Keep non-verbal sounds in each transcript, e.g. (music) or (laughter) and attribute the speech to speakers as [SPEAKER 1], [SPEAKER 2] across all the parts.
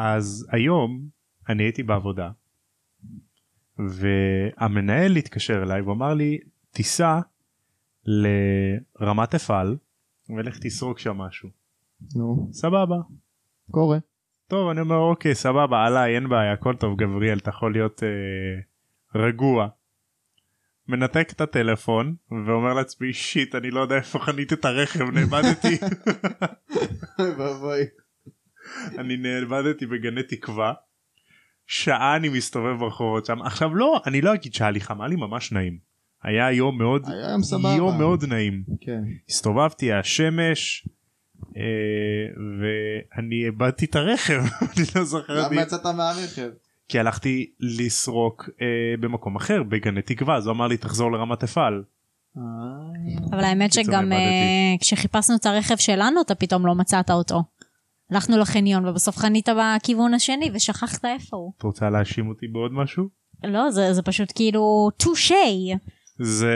[SPEAKER 1] אז היום אני הייתי בעבודה והמנהל התקשר אליי והוא אמר לי תיסע לרמת אפעל ולך תסרוק שם משהו
[SPEAKER 2] נו,
[SPEAKER 1] סבבה
[SPEAKER 2] קורה.
[SPEAKER 1] טוב אני אומר אוקיי סבבה עליי אין בעיה הכל טוב גבריאל אתה יכול להיות אה, רגוע. מנתק את הטלפון ואומר לעצמי שיט אני לא יודע איפה חניתי את הרכב נאבדתי
[SPEAKER 2] אוי ואבוי.
[SPEAKER 1] אני נאבדתי בגני תקווה. שעה אני מסתובב ברחובות שם עכשיו לא אני לא אגיד שהיה לי חם היה לי ממש נעים. היה יום מאוד
[SPEAKER 2] היה יום סבבה.
[SPEAKER 1] יום מאוד נעים
[SPEAKER 2] כן.
[SPEAKER 1] הסתובבתי השמש אה, ואני איבדתי את הרכב (laughs) אני לא זוכר
[SPEAKER 2] למה
[SPEAKER 1] אני-
[SPEAKER 2] יצאת מהרכב?
[SPEAKER 1] כי הלכתי לסרוק אה, במקום אחר בגני תקווה אז הוא אמר לי תחזור לרמת אפעל
[SPEAKER 3] אבל האמת
[SPEAKER 1] קיצור,
[SPEAKER 3] שגם אה,
[SPEAKER 1] איבדתי.
[SPEAKER 3] כשחיפשנו את הרכב שלנו, אתה פתאום לא מצאת אותו. הלכנו לחניון, ובסוף חנית בכיוון השני, ושכחת איפה הוא.
[SPEAKER 1] את רוצה להאשים אותי בעוד משהו
[SPEAKER 3] לא, זה, זה פשוט כאילו טושי.
[SPEAKER 1] זה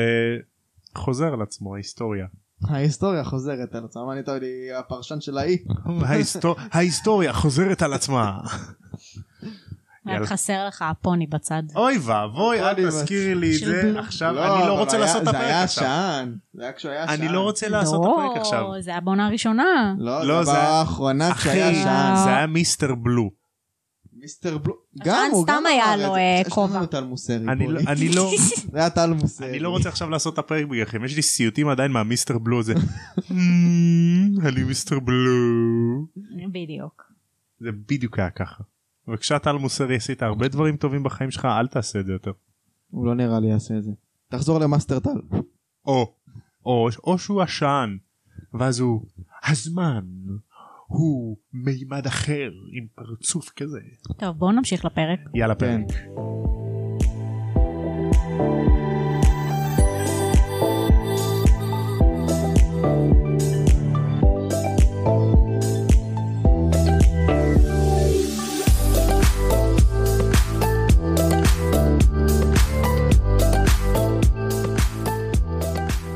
[SPEAKER 1] חוזר על עצמו
[SPEAKER 2] (laughs)
[SPEAKER 1] ההיסטוריה
[SPEAKER 2] ההיסטוריה חוזרת על עצמה, אני טוב לי הפרשן
[SPEAKER 1] (laughs)
[SPEAKER 2] של האי.
[SPEAKER 1] ההיסטור... ההיסטוריה חוזרת על עצמה
[SPEAKER 3] רק
[SPEAKER 1] יאללה. אוקיי,
[SPEAKER 3] חסר לך הפוני בצד.
[SPEAKER 1] אוי ואבוי אל
[SPEAKER 2] אני מצ-
[SPEAKER 1] תזכירי לי את
[SPEAKER 3] של
[SPEAKER 1] זה
[SPEAKER 3] בלו.
[SPEAKER 1] עכשיו אני לא
[SPEAKER 2] אבל
[SPEAKER 1] רוצה
[SPEAKER 2] היה-
[SPEAKER 1] לעשות את
[SPEAKER 2] זה היה
[SPEAKER 1] הפרק עכשיו
[SPEAKER 2] השען. זה היה כשהוא היה שען.
[SPEAKER 1] אני לא רוצה לעשות את הפרק עכשיו
[SPEAKER 3] לא, זה הבונה הראשונה.
[SPEAKER 2] לא,
[SPEAKER 1] לא,
[SPEAKER 2] זה
[SPEAKER 1] זה היה-
[SPEAKER 2] הבאה האחרונה
[SPEAKER 1] אחי
[SPEAKER 2] כשהיה שען.
[SPEAKER 1] זה היה מיסטר בלו
[SPEAKER 2] מיסטר בלו.
[SPEAKER 3] השען
[SPEAKER 2] גם הוא,
[SPEAKER 3] סתם
[SPEAKER 2] גם
[SPEAKER 3] היה
[SPEAKER 2] אמר את
[SPEAKER 3] לו,
[SPEAKER 2] זה.
[SPEAKER 3] אה,
[SPEAKER 2] יש לנו
[SPEAKER 3] כובע.
[SPEAKER 2] את טל מוסרי
[SPEAKER 1] אני
[SPEAKER 2] פה.
[SPEAKER 1] לא- אני לא
[SPEAKER 2] (laughs) זה היה טל מוסרי.
[SPEAKER 1] אני לא רוצה עכשיו לעשות את הפרק בגללכם יש לי סיוטים עדיין מהמיסטר בלו
[SPEAKER 2] (laughs)
[SPEAKER 1] הזה "Hmm, אני מיסטר בלו
[SPEAKER 3] (laughs) בדיוק.
[SPEAKER 1] זה בדיוק היה ככה. בבקשה טל מוסרי עשית הרבה דברים טובים בחיים שלך אל תעשה את זה יותר.
[SPEAKER 2] הוא לא נראה לי יעשה את זה. תחזור למאסטר
[SPEAKER 1] (laughs)
[SPEAKER 2] טל.
[SPEAKER 1] או או, או שהוא עשן ואז הוא הזמן הוא מימד אחר עם פרצוף כזה.
[SPEAKER 3] טוב, בואו נמשיך לפרק.
[SPEAKER 1] יאללה
[SPEAKER 2] כן.
[SPEAKER 1] פרק.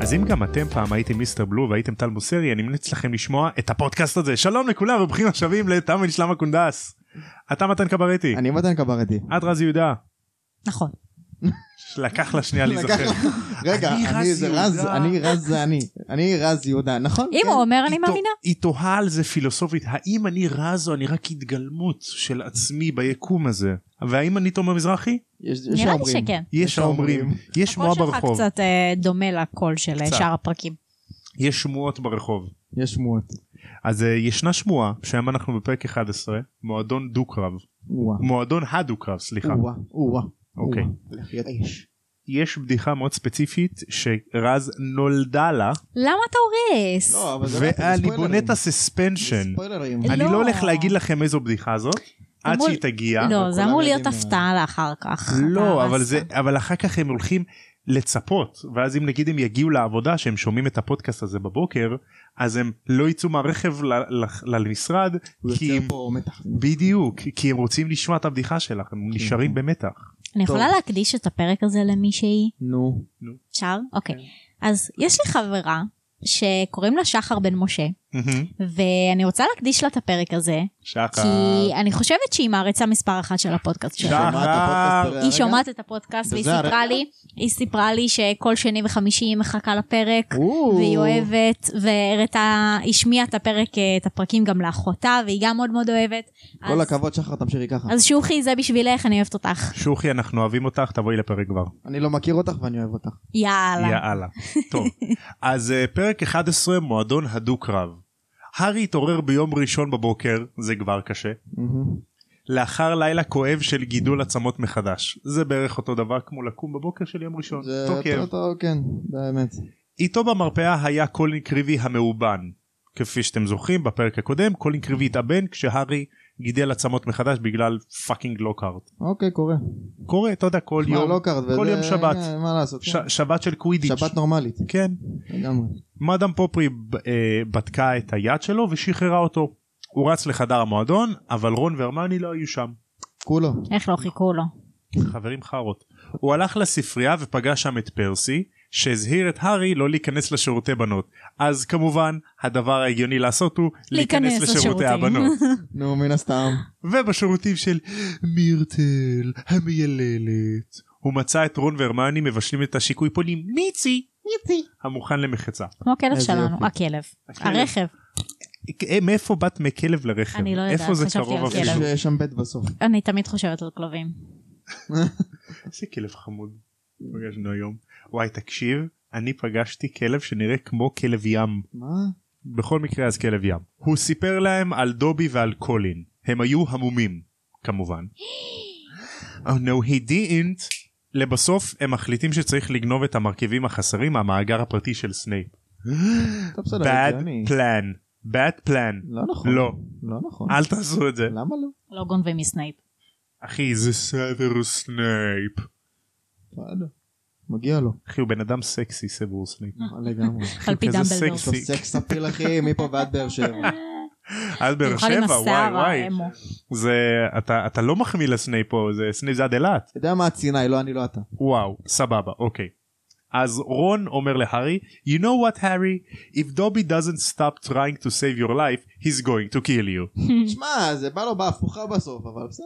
[SPEAKER 1] אז אם גם אתם פעם הייתם מיסטר בלו והייתם טל מוסרי אני ממליץ לכם לשמוע את הפודקאסט הזה שלום לכולם וברוכים השבים לתאמן שלמה קונדס. אתה מתן קברטי.
[SPEAKER 2] אני מתן קברטי.
[SPEAKER 1] את רז יהודה
[SPEAKER 3] נכון.
[SPEAKER 1] אוקיי. לקח לה שנייה להיזכר.
[SPEAKER 2] לקח- רגע,
[SPEAKER 1] אני
[SPEAKER 2] אני
[SPEAKER 1] רז
[SPEAKER 2] זה רז,
[SPEAKER 1] יהודה.
[SPEAKER 2] אני רז זה אני. אני רז יהודה, נכון?
[SPEAKER 3] אם
[SPEAKER 2] כן.
[SPEAKER 3] הוא אומר, אני
[SPEAKER 1] היא
[SPEAKER 3] מאמינה.
[SPEAKER 1] תה- היא תוהה על זה פילוסופית האם אני רז או אני רק התגלמות של עצמי ביקום הזה והאם אני תומר מזרחי
[SPEAKER 2] יש- יש
[SPEAKER 3] נראה לי
[SPEAKER 2] שאומרים.
[SPEAKER 3] שכן.
[SPEAKER 1] יש האומרים יש
[SPEAKER 3] הקול
[SPEAKER 1] שמועה
[SPEAKER 3] שלך
[SPEAKER 1] ברחוב
[SPEAKER 3] קצת אה, דומה לקול של אה,
[SPEAKER 1] קצת.
[SPEAKER 3] שאר הפרקים.
[SPEAKER 1] יש שמועות ברחוב
[SPEAKER 2] יש שמועות.
[SPEAKER 1] אז אה, ישנה שמועה שהיום אנחנו בפרק 11 מועדון דו קרב
[SPEAKER 2] וואה.
[SPEAKER 1] מועדון הדו קרב סליחה
[SPEAKER 2] וואה. וואה.
[SPEAKER 1] אוקיי.
[SPEAKER 2] וואה. לחיית האש.
[SPEAKER 1] יש בדיחה מאוד ספציפית שרז נולדה לה
[SPEAKER 3] למה אתה הורס?
[SPEAKER 2] לא, אבל זה לא- זה
[SPEAKER 1] ואני בונה
[SPEAKER 2] ספוילרים.
[SPEAKER 1] את הסספנשן
[SPEAKER 2] ספוילרים.
[SPEAKER 1] אני
[SPEAKER 3] לא.
[SPEAKER 1] לא הולך להגיד לכם איזו בדיחה זאת עד
[SPEAKER 3] אמור-
[SPEAKER 1] שהיא תגיע
[SPEAKER 3] לא, זה אמור להיות
[SPEAKER 2] יודעים, אה,
[SPEAKER 3] הפתעה לאחר כך. אתה
[SPEAKER 1] לא אבל
[SPEAKER 3] הרסת.
[SPEAKER 1] זה אבל אחר כך הם הולכים לצפות ואז אם נגיד הם יגיעו לעבודה שהם שומעים את הפודקאסט הזה בבוקר אז הם לא יצאו מהרכב ל- ל- למשרד
[SPEAKER 2] הוא
[SPEAKER 1] כי הם
[SPEAKER 2] יוצר פה מתח.
[SPEAKER 1] בדיוק כי הם רוצים לשמוע את הבדיחה שלך הם נשארים במתח.
[SPEAKER 3] אני יכולה
[SPEAKER 2] טוב.
[SPEAKER 3] להקדיש את הפרק הזה למישהי?
[SPEAKER 2] נו.
[SPEAKER 3] אפשר? אוקיי.
[SPEAKER 2] כן.
[SPEAKER 3] אז יש לי חברה שקוראים לה שחר בן משה, ואני רוצה להקדיש לה את הפרק הזה,
[SPEAKER 2] אה.
[SPEAKER 1] שחר.
[SPEAKER 3] כי אני חושבת שהיא מעריצה מספר אחת של הפודקאסט שלה.
[SPEAKER 1] שחר.
[SPEAKER 2] שמעת הפודקאסט הרגע?
[SPEAKER 3] היא שומעת את הפודקאסט והיא
[SPEAKER 2] וזה הר-
[SPEAKER 3] סיפרה לי, היא סיפרה לי שכל שני וחמישי היא מחכה לפרק,
[SPEAKER 2] או.
[SPEAKER 3] והיא אוהבת, והראתה, השמיעה את הפרק, אה, את הפרקים גם לאחותה, והיא גם מאוד מאוד אוהבת.
[SPEAKER 2] כל
[SPEAKER 3] אז-
[SPEAKER 2] הכבוד שחר תמשיכי ככה.
[SPEAKER 3] אז שוחי, זה בשבילך, אני אוהבת אותך.
[SPEAKER 1] שוחי אנחנו אוהבים אותך תבואי לפרק כבר.
[SPEAKER 2] אני לא מכיר אותך ואני אוהב אותך.
[SPEAKER 3] יאללה.
[SPEAKER 1] יאללה. טוב. אז אה, פרק 11 מועדון הדו-קרב. הארי התעורר ביום ראשון בבוקר זה כבר קשה.
[SPEAKER 2] מהמם.
[SPEAKER 1] לאחר לילה כואב של גידול עצמות מחדש זה בערך אותו דבר כמו לקום בבוקר של יום ראשון
[SPEAKER 2] זה
[SPEAKER 1] אותו כאב.
[SPEAKER 2] אותו- אותו- כן, זה האמת.
[SPEAKER 1] איתו במרפאה היה קולין קריבי המאובן כפי שאתם זוכרים בפרק הקודם קולין קריבי התאבן כשהארי גידל עצמות מחדש בגלל פאקינג לוקהארט
[SPEAKER 2] אוקיי, קורה.
[SPEAKER 1] קורה אתה יודע כל
[SPEAKER 2] מה,
[SPEAKER 1] יום
[SPEAKER 2] לא קרת,
[SPEAKER 1] כל
[SPEAKER 2] וזה-
[SPEAKER 1] יום שבת
[SPEAKER 2] אה, מה לעשות?
[SPEAKER 1] ש-
[SPEAKER 2] כן.
[SPEAKER 1] שבת של קווידיץ'
[SPEAKER 2] שבת נורמלית.
[SPEAKER 1] כן
[SPEAKER 2] לגמרי.
[SPEAKER 1] מאדם פופרי ב- אה, בדקה את היד שלו ושחררה אותו הוא רץ לחדר המועדון אבל רון והרמני לא היו שם
[SPEAKER 2] כולו.
[SPEAKER 3] איך לא חיכו לו?
[SPEAKER 1] חברים חארות. הוא הלך לספרייה ופגש שם את פרסי שהזהיר את הארי לא להיכנס לשירותי בנות. אז כמובן, הדבר ההגיוני לעשות הוא להיכנס
[SPEAKER 3] להיכנס
[SPEAKER 1] לשירותי
[SPEAKER 3] לשירותים. (laughs)
[SPEAKER 1] הבנות.
[SPEAKER 2] נו, מן הסתם.
[SPEAKER 1] ובשירותים של מירטל המייללת הוא מצא את רון והרמני מבשלים את השיקוי פונים מיצי מיצי המוכן למחצה.
[SPEAKER 3] כמו כלב
[SPEAKER 2] איזה
[SPEAKER 3] שלנו,
[SPEAKER 2] יופי.
[SPEAKER 3] הכלב,
[SPEAKER 1] הכלב.
[SPEAKER 3] הרכב,
[SPEAKER 1] אה, מאיפה באת מכלב לרכב?
[SPEAKER 3] אני לא יודעת,
[SPEAKER 1] איפה זה
[SPEAKER 3] חשבתי על
[SPEAKER 1] קרוב
[SPEAKER 3] כלב.
[SPEAKER 1] אפילו?
[SPEAKER 2] יש שם בית בסוף.
[SPEAKER 3] אני תמיד חושבת על כלבים.
[SPEAKER 1] איזה כלב חמוד פגשנו היום. וואי תקשיב אני פגשתי כלב שנראה כמו כלב ים.
[SPEAKER 2] מה?
[SPEAKER 1] בכל מקרה אז כלב ים. הוא סיפר להם על דובי ועל קולין. הם היו המומים, כמובן. (gasps) Oh no he didn't. לבסוף הם מחליטים שצריך לגנוב את המרכיבים החסרים מהמאגר הפרטי של סנייפ.
[SPEAKER 2] טוב, בסדר,
[SPEAKER 1] bad
[SPEAKER 2] לא הגיוני.
[SPEAKER 1] plan. bad plan.
[SPEAKER 2] לא נכון.
[SPEAKER 1] לא.
[SPEAKER 2] לא נכון.
[SPEAKER 1] אל תעשו את זה.
[SPEAKER 2] למה לא?
[SPEAKER 3] לא
[SPEAKER 1] (laughs)
[SPEAKER 3] גונבים מסנייפ.
[SPEAKER 1] אחי זה סבר סנייפ.
[SPEAKER 2] בסדר. מגיע לו.
[SPEAKER 3] אה.
[SPEAKER 1] אחי הוא בן אדם סקסי סבר סנייפ. (laughs)
[SPEAKER 2] לגמרי.
[SPEAKER 3] על פי
[SPEAKER 1] כזה
[SPEAKER 3] דמבלדור.
[SPEAKER 2] יש לו סקס אפיל אחי, מפה ועד באר
[SPEAKER 3] (laughs)
[SPEAKER 2] שבע.
[SPEAKER 1] עד באר
[SPEAKER 3] תאכל עם
[SPEAKER 1] שבע וואי
[SPEAKER 3] השיער
[SPEAKER 1] וואי.
[SPEAKER 3] האמו. (laughs)
[SPEAKER 1] זה אתה אתה לא מחמיא לסנייפ פה זה סנייפ זה עד אילת.
[SPEAKER 2] אתה יודע מה הצינה, לא אני, לא אתה.
[SPEAKER 1] וואו, סבבה, אוקיי. אז רון אומר להארי, you know what Harry, if Dobby doesn't stop trying to save your life, he's going to kill you.
[SPEAKER 2] שמע, זה בא לו בהפוכה בסוף, אבל בסדר.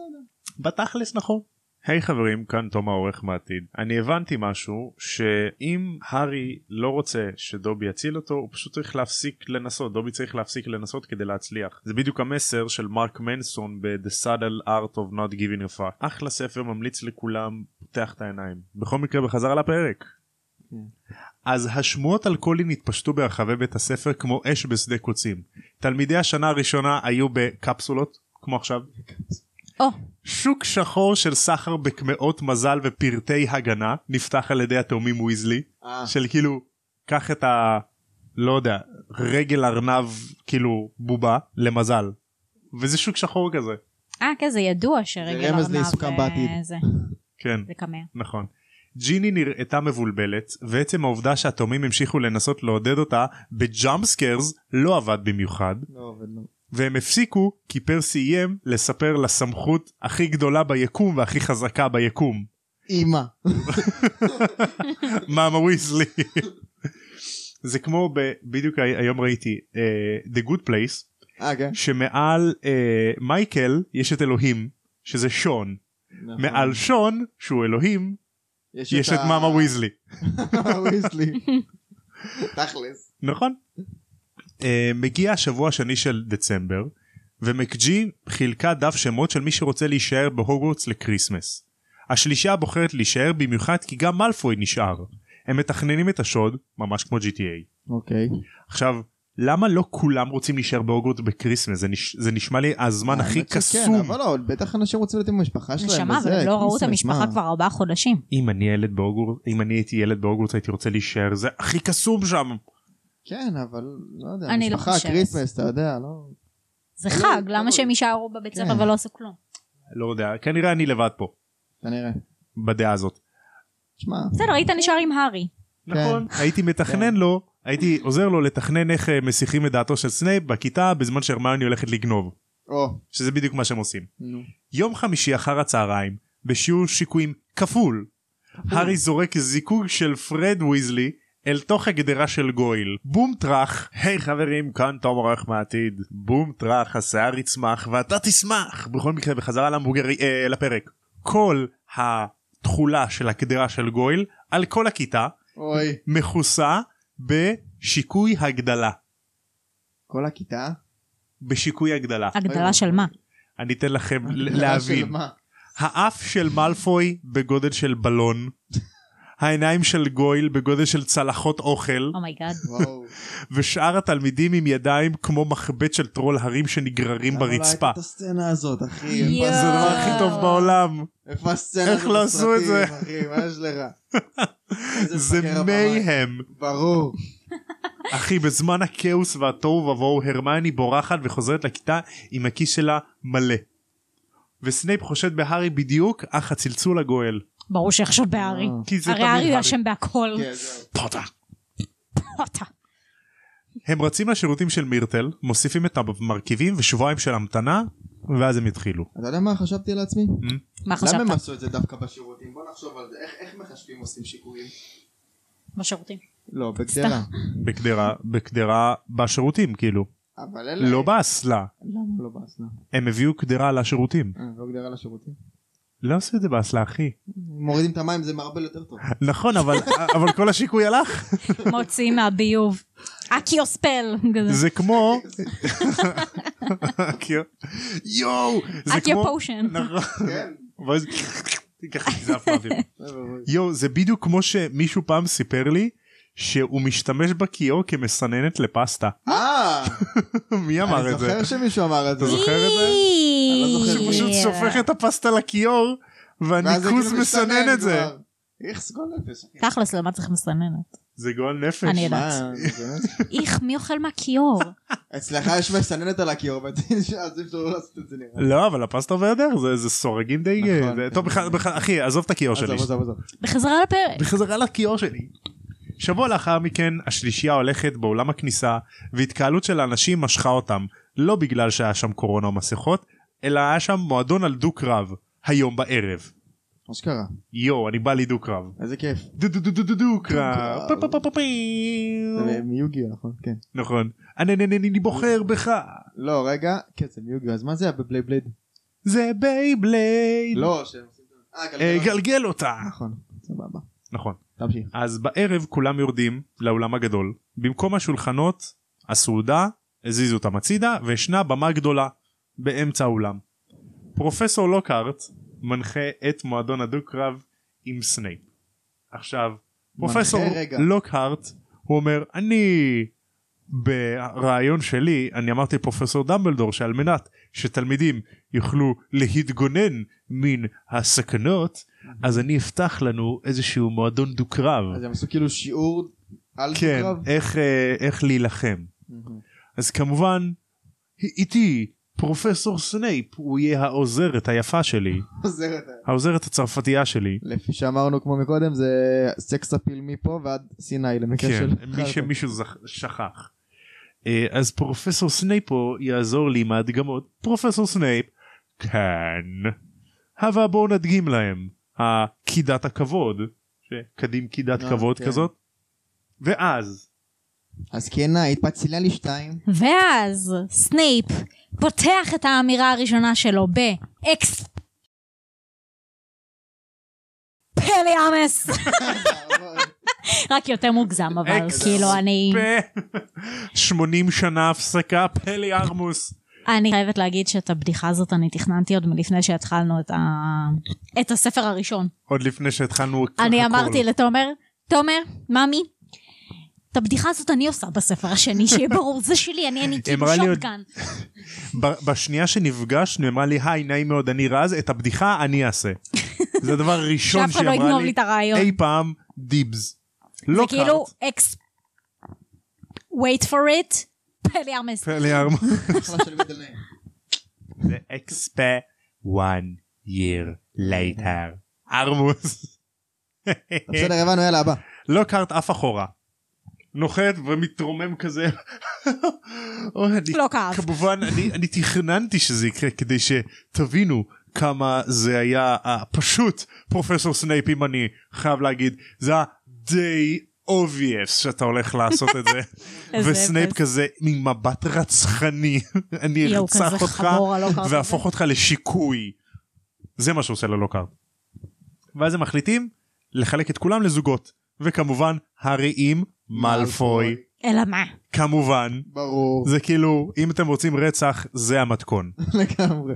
[SPEAKER 1] בתכלס נכון. היי hey, חברים, כאן תום העורך מעתיד. אני הבנתי משהו, שאם הארי לא רוצה שדובי יציל אותו, הוא פשוט צריך להפסיק לנסות. דובי צריך להפסיק לנסות כדי להצליח. זה בדיוק המסר של מרק מנסון ב-The Saddle Art of Not Giving a Fuck. אחלה ספר, ממליץ לכולם, פותח את העיניים. בכל מקרה, בחזרה לפרק. כן. אז השמועות על קולין התפשטו ברחבי בית הספר כמו אש בשדה קוצים. תלמידי השנה הראשונה היו בקפסולות, כמו עכשיו.
[SPEAKER 3] או,
[SPEAKER 1] שוק שחור של סחר בקמעות מזל ופרטי הגנה נפתח על ידי התאומים ויזלי,
[SPEAKER 2] אה,
[SPEAKER 1] של כאילו, קח את ה... לא יודע, רגל ארנב כאילו בובה למזל. וזה שוק שחור כזה.
[SPEAKER 3] אה, כן, זה ידוע שרגל ארנב...
[SPEAKER 2] זה רמז לעיסוקם
[SPEAKER 3] אה,
[SPEAKER 2] בעתיד.
[SPEAKER 3] זה-
[SPEAKER 1] כן.
[SPEAKER 3] זה קמע.
[SPEAKER 1] נכון. ג'יני נראתה מבולבלת, ועצם העובדה שהתאומים המשיכו לנסות לעודד אותה בג'אמפ סקיירס לא עבד במיוחד,
[SPEAKER 2] לא עובד, לא.
[SPEAKER 1] והם הפסיקו כי פרסי איים לספר לסמכות הכי גדולה ביקום והכי חזקה ביקום,
[SPEAKER 2] אימא.
[SPEAKER 1] מאמה ויזלי. זה כמו ב... בדיוק היום ראיתי uh, The Good Place,
[SPEAKER 2] אה, כן.
[SPEAKER 1] שמעל uh, מייקל יש את אלוהים, שזה שון.
[SPEAKER 2] נכון.
[SPEAKER 1] מעל שון, שהוא אלוהים, יש את
[SPEAKER 2] ה-
[SPEAKER 1] מאמה ויזלי.
[SPEAKER 2] (laughs) ויזלי.
[SPEAKER 3] (laughs)
[SPEAKER 2] תכלס.
[SPEAKER 1] נכון. Uh, מגיע השבוע השני של דצמבר ומקג'י חילקה דף שמות של מי שרוצה להישאר בהוגוורטס לקריסמס. השלישה בוחרת להישאר במיוחד כי גם מאלפוי נשאר. הם מתכננים את השוד ממש כמו GTA.
[SPEAKER 2] אוקיי.
[SPEAKER 1] עכשיו למה לא כולם רוצים להישאר בהוגוורטס בקריסמס זה, נש... זה נשמע לי הזמן הכי
[SPEAKER 2] האמת שכן,
[SPEAKER 1] קסום.
[SPEAKER 2] אבל לא, בטח אנשים רוצים להיות עם המשפחה שלהם.
[SPEAKER 3] נשמה,
[SPEAKER 2] וזה,
[SPEAKER 3] אבל הם לא ראו את
[SPEAKER 2] כריסמס,
[SPEAKER 3] המשפחה
[SPEAKER 2] מה?
[SPEAKER 3] כבר ארבעה חודשים.
[SPEAKER 1] אם אני ילד בהוגוורטס אם אני הייתי ילד בהוגוורטס הייתי רוצה להישאר זה הכי קסום שם.
[SPEAKER 2] כן, אבל לא יודע,
[SPEAKER 3] אני לא
[SPEAKER 2] משפחה,
[SPEAKER 3] חושבת.
[SPEAKER 2] כריסמס, אתה יודע, לא...
[SPEAKER 3] זה
[SPEAKER 2] תלוי,
[SPEAKER 3] חג,
[SPEAKER 2] תלוי.
[SPEAKER 3] למה שהם יישארו בבית ספר
[SPEAKER 2] כן.
[SPEAKER 3] ולא עשו כלום?
[SPEAKER 1] לא יודע כנראה אני לבד פה
[SPEAKER 2] כנראה.
[SPEAKER 1] בדעה הזאת.
[SPEAKER 2] שמע,
[SPEAKER 3] בסדר, היית נשאר עם הארי.
[SPEAKER 2] כן.
[SPEAKER 1] נכון. הייתי מתכנן לו, הייתי עוזר לו לתכנן איך אה, מסיחים את דעתו של סנייפ בכיתה בזמן שהרמיוני הולכת לגנוב,
[SPEAKER 2] או,
[SPEAKER 1] שזה בדיוק מה שהם עושים.
[SPEAKER 2] נו.
[SPEAKER 1] יום חמישי אחר הצהריים, בשיעור שיקויים כפול, הארי זורק זיקוג של פרד ויזלי אל תוך הגדרה של גויל. בום טראח, היי חברים, כאן תום עורך מהעתיד. בום טראח, השיער יצמח ואתה תשמח. בכל מקרה, בחזרה למבוגרי, אה, לפרק. כל התכולה של הגדרה של גויל על כל הכיתה.
[SPEAKER 2] אוי.
[SPEAKER 1] מכוסה בשיקוי הגדלה.
[SPEAKER 2] כל הכיתה?
[SPEAKER 1] בשיקוי הגדלה.
[SPEAKER 3] הגדלה
[SPEAKER 2] אוי,
[SPEAKER 3] של
[SPEAKER 2] אוי.
[SPEAKER 3] מה?
[SPEAKER 1] אני אתן לכם ל-
[SPEAKER 2] של
[SPEAKER 1] להבין.
[SPEAKER 2] מה?
[SPEAKER 1] האף של מאלפוי בגודל של בלון. העיניים של גויל בגודל של צלחות אוכל,
[SPEAKER 3] אומייגאד.
[SPEAKER 2] וואו.
[SPEAKER 1] ושאר התלמידים עם ידיים כמו מחבט של טרול הרים שנגררים
[SPEAKER 2] למה לא הייתה
[SPEAKER 1] ברצפה.
[SPEAKER 2] את הסצנה הזאת, אחי.
[SPEAKER 3] יואו.
[SPEAKER 1] זה הדבר הכי טוב בעולם.
[SPEAKER 2] איפה הסצנה
[SPEAKER 1] איך
[SPEAKER 2] הזאת?
[SPEAKER 1] לא עשו את זה?
[SPEAKER 2] בסרטים, אחי, מה יש לך? איזה
[SPEAKER 1] (laughs) זה
[SPEAKER 2] מבקר הבמה.
[SPEAKER 1] מייהם.
[SPEAKER 2] ברור.
[SPEAKER 1] אחי, בזמן הכאוס והתוהו ובוהו, הרמני בורחת וחוזרת לכיתה עם הכיס שלה מלא. וסנייפ חושד בהארי בדיוק, אך הצלצול הגואל.
[SPEAKER 3] ברור שעכשיו בארי.
[SPEAKER 2] אה.
[SPEAKER 1] כי זה
[SPEAKER 3] הרי
[SPEAKER 1] תמיד
[SPEAKER 3] הארי
[SPEAKER 1] הארי.
[SPEAKER 3] הוא אשם בהכל. (laughs)
[SPEAKER 2] כן, זהו.
[SPEAKER 1] פוטה.
[SPEAKER 3] אותה.
[SPEAKER 1] הם רצים לשירותים של מירטל, מוסיפים את המרכיבים ושבועיים של המתנה, ואז הם התחילו.
[SPEAKER 2] אתה יודע מה חשבתי לעצמי?
[SPEAKER 3] מה
[SPEAKER 2] למה הם
[SPEAKER 3] חשבת?
[SPEAKER 2] עשו את זה דווקא בשירותים? בוא נחשוב על זה. איך- איך מחשבים עושים שיקויים?
[SPEAKER 3] בשירותים.
[SPEAKER 2] לא, בגדרה.
[SPEAKER 1] בקדרה בקדרה בשירותים כאילו
[SPEAKER 2] אבל אלה...
[SPEAKER 1] לא באסלה
[SPEAKER 2] למה לא באסלה?
[SPEAKER 1] הם הביאו קדרה לשירותים
[SPEAKER 2] אה, לא גדרה לשירותים.
[SPEAKER 1] לא עשו את זה באסלה אחי
[SPEAKER 2] מורידים את המים זה מערבל יותר טוב.
[SPEAKER 1] נכון אבל אבל כל השיקוי הלך
[SPEAKER 2] (laughs)
[SPEAKER 3] מוציאים מהביוב. אקיוספל. כזה.
[SPEAKER 1] זה כמו יואו זה כמו
[SPEAKER 3] אקיופושן.
[SPEAKER 1] נכון.
[SPEAKER 2] כן.
[SPEAKER 1] ואז- ככה נזף באוויר.
[SPEAKER 2] אוי ואבוי.
[SPEAKER 1] יואו זה בדיוק כמו שמישהו פעם סיפר לי שהוא משתמש בכיור כמסננת לפסטה
[SPEAKER 2] אה,
[SPEAKER 1] מי אמר
[SPEAKER 2] אני
[SPEAKER 1] את זה?
[SPEAKER 2] זוכר שמישהו אמר את זה.
[SPEAKER 1] אתה זוכר את זה?
[SPEAKER 2] אני לא זוכר.
[SPEAKER 1] שפשוט סופך את הפסטה לכיור
[SPEAKER 2] ואז זה
[SPEAKER 1] והניקוז
[SPEAKER 2] כאילו
[SPEAKER 1] מסנן
[SPEAKER 2] מסתנן
[SPEAKER 1] את זה
[SPEAKER 2] כבר. איכס גול אפס.
[SPEAKER 3] תכלס, למה צריך מסננת?
[SPEAKER 1] זה גועל נפש
[SPEAKER 3] אני יודעת.
[SPEAKER 2] מה, באמת?
[SPEAKER 3] איך, מי אוכל מהכיור?
[SPEAKER 2] אצלך יש מסננת על הכיור, ואתה עדיף שלא לעשות את זה נראה.
[SPEAKER 1] לא אבל הפסטה עובר דרך זה- זה סורגים די
[SPEAKER 2] נכון.
[SPEAKER 1] אה, זה- טוב בכלל בכלל- אחי עזוב את הכיור שלי
[SPEAKER 2] עזוב, עזוב, עזוב.
[SPEAKER 3] בחזרה לפרק.
[SPEAKER 1] בחזרה לכיור שלי. שבוע לאחר מכן השלישייה הולכת באולם הכניסה והתקהלות של האנשים משכה אותם לא בגלל שהיה שם קורונה או מסכות אלא היה שם מועדון על דו קרב היום בערב.
[SPEAKER 2] מה שקרה?
[SPEAKER 1] יואו אני בא לי דו קרב.
[SPEAKER 2] איזה כיף.
[SPEAKER 1] דו דו דו דו דו דו קרב. פה פה פה פה פה.
[SPEAKER 2] זה מיוגיו, נכון? כן.
[SPEAKER 1] נכון. אני אני- אני- אני בוחר בך.
[SPEAKER 2] לא, רגע, כן, זה מיוגיו, אז מה זה היה בבלי בלייד?
[SPEAKER 1] זה בייבלייד.
[SPEAKER 2] לא, שהם עושים את זה. אה,
[SPEAKER 1] אה,
[SPEAKER 2] גלגל.
[SPEAKER 1] גלגל אותה.
[SPEAKER 2] נכון, סבבה.
[SPEAKER 1] נכון.
[SPEAKER 2] תמשיך.
[SPEAKER 1] אז בערב כולם יורדים לאולם הגדול. במקום השולחנות, הסעודה, הזיזו אותם הצידה, וישנה במה גדולה באמצע האולם. פרופסור לוקארט מנחה את מועדון הדו-קרב עם סנייפ. עכשיו, פרופסור לא.
[SPEAKER 2] רגע.
[SPEAKER 1] לוקהרט, הוא אומר, אני ברעיון שלי, אני אמרתי לפרופסור דמבלדור שעל מנת שתלמידים יוכלו להתגונן מן הסכנות, אז אני אפתח לנו איזשהו מועדון דו-קרב.
[SPEAKER 2] אז הם עשו כאילו שיעור על
[SPEAKER 1] כן,
[SPEAKER 2] קרב?
[SPEAKER 1] איך, אה, איך להילחם.
[SPEAKER 2] מהמם.
[SPEAKER 1] אז כמובן, איתי פרופסור סנייפ, הוא יהיה העוזרת היפה שלי,
[SPEAKER 2] עוזרת.
[SPEAKER 1] העוזרת הצרפתייה שלי.
[SPEAKER 2] לפי שאמרנו כמו מקודם זה סקס אפיל מפה ועד סיני למקרה
[SPEAKER 1] כן,
[SPEAKER 2] של...
[SPEAKER 1] מי שמישהו זכ- שכח. אה, אז פרופסור סנייפ פה יעזור לי עם ההדגמות. פרופסור סנייפ, כאן. הווה בואו נדגים להם. הקידת הכבוד, שקדים קידת
[SPEAKER 2] אה,
[SPEAKER 1] כבוד
[SPEAKER 2] כן.
[SPEAKER 1] כזאת. ואז,
[SPEAKER 2] אז קנה התפצילה לי (laughs) שתיים.
[SPEAKER 3] ואז סנייפ פותח את האמירה הראשונה שלו באקס... פליאמס! רק יותר מוגזם אבל,
[SPEAKER 1] אקס-
[SPEAKER 3] כאילו אני...
[SPEAKER 1] פה- 80 שנה הפסקה, פלי ארמוס.
[SPEAKER 3] אני חייבת להגיד שאת הבדיחה הזאת אני תכננתי עוד מלפני שהתחלנו את, ה... את הספר הראשון.
[SPEAKER 1] עוד לפני שהתחלנו הכל.
[SPEAKER 3] אני אמרתי לתומר, תומר, ממי, את הבדיחה הזאת אני עושה בספר השני, שיהיה ברור, זה שלי, אני אני כאילו
[SPEAKER 1] אמרה לי עוד-
[SPEAKER 3] שוטגן.
[SPEAKER 1] ב- בשנייה שנפגשנו, היא אמרה לי, היי, נעים מאוד, אני רז, את הבדיחה אני
[SPEAKER 3] (laughs)
[SPEAKER 1] אעשה. זה הדבר הראשון
[SPEAKER 3] שאף אחד
[SPEAKER 1] שהיא
[SPEAKER 3] לא
[SPEAKER 1] אמרה
[SPEAKER 3] יגנוב לי
[SPEAKER 1] לי,
[SPEAKER 3] את הרעיון.
[SPEAKER 1] אי פעם, דיבס.
[SPEAKER 3] זה
[SPEAKER 1] לא
[SPEAKER 3] כאילו,
[SPEAKER 1] קארט,
[SPEAKER 3] אקס... wait for it, פלי ארמס.
[SPEAKER 1] פלי ארמוס.
[SPEAKER 2] אחלה של מידל נעים.
[SPEAKER 1] (laughs) זה אקספה, one year later. ארמוס.
[SPEAKER 2] בסדר הבנו יאללה הבא.
[SPEAKER 1] לא קארט עף אחורה. נוחת ומתרומם כזה. (laughs) אוי, אני
[SPEAKER 3] לא כאב.
[SPEAKER 1] כמובן אני, אני תכננתי שזה יקרה כדי שתבינו כמה זה היה אה, פשוט פרופסור סנייפ אם אני חייב להגיד זה היה די אובייס שאתה הולך לעשות את זה
[SPEAKER 3] (laughs) איזה
[SPEAKER 1] וסנייפ
[SPEAKER 3] אפס.
[SPEAKER 1] כזה ממבט רצחני (laughs) אני
[SPEAKER 3] יואו,
[SPEAKER 1] ארצח
[SPEAKER 3] כזה
[SPEAKER 1] אותך
[SPEAKER 3] חמור, הלוקהרט הזה.
[SPEAKER 1] והפוך אותך לשיקוי זה מה שעושה ללוקארט. ואז הם מחליטים לחלק את כולם לזוגות וכמובן הרעים מאלפוי
[SPEAKER 3] אלא מה?
[SPEAKER 1] כמובן
[SPEAKER 2] (laughs) ברור.
[SPEAKER 1] זה כאילו אם אתם רוצים רצח זה המתכון
[SPEAKER 2] לגמרי.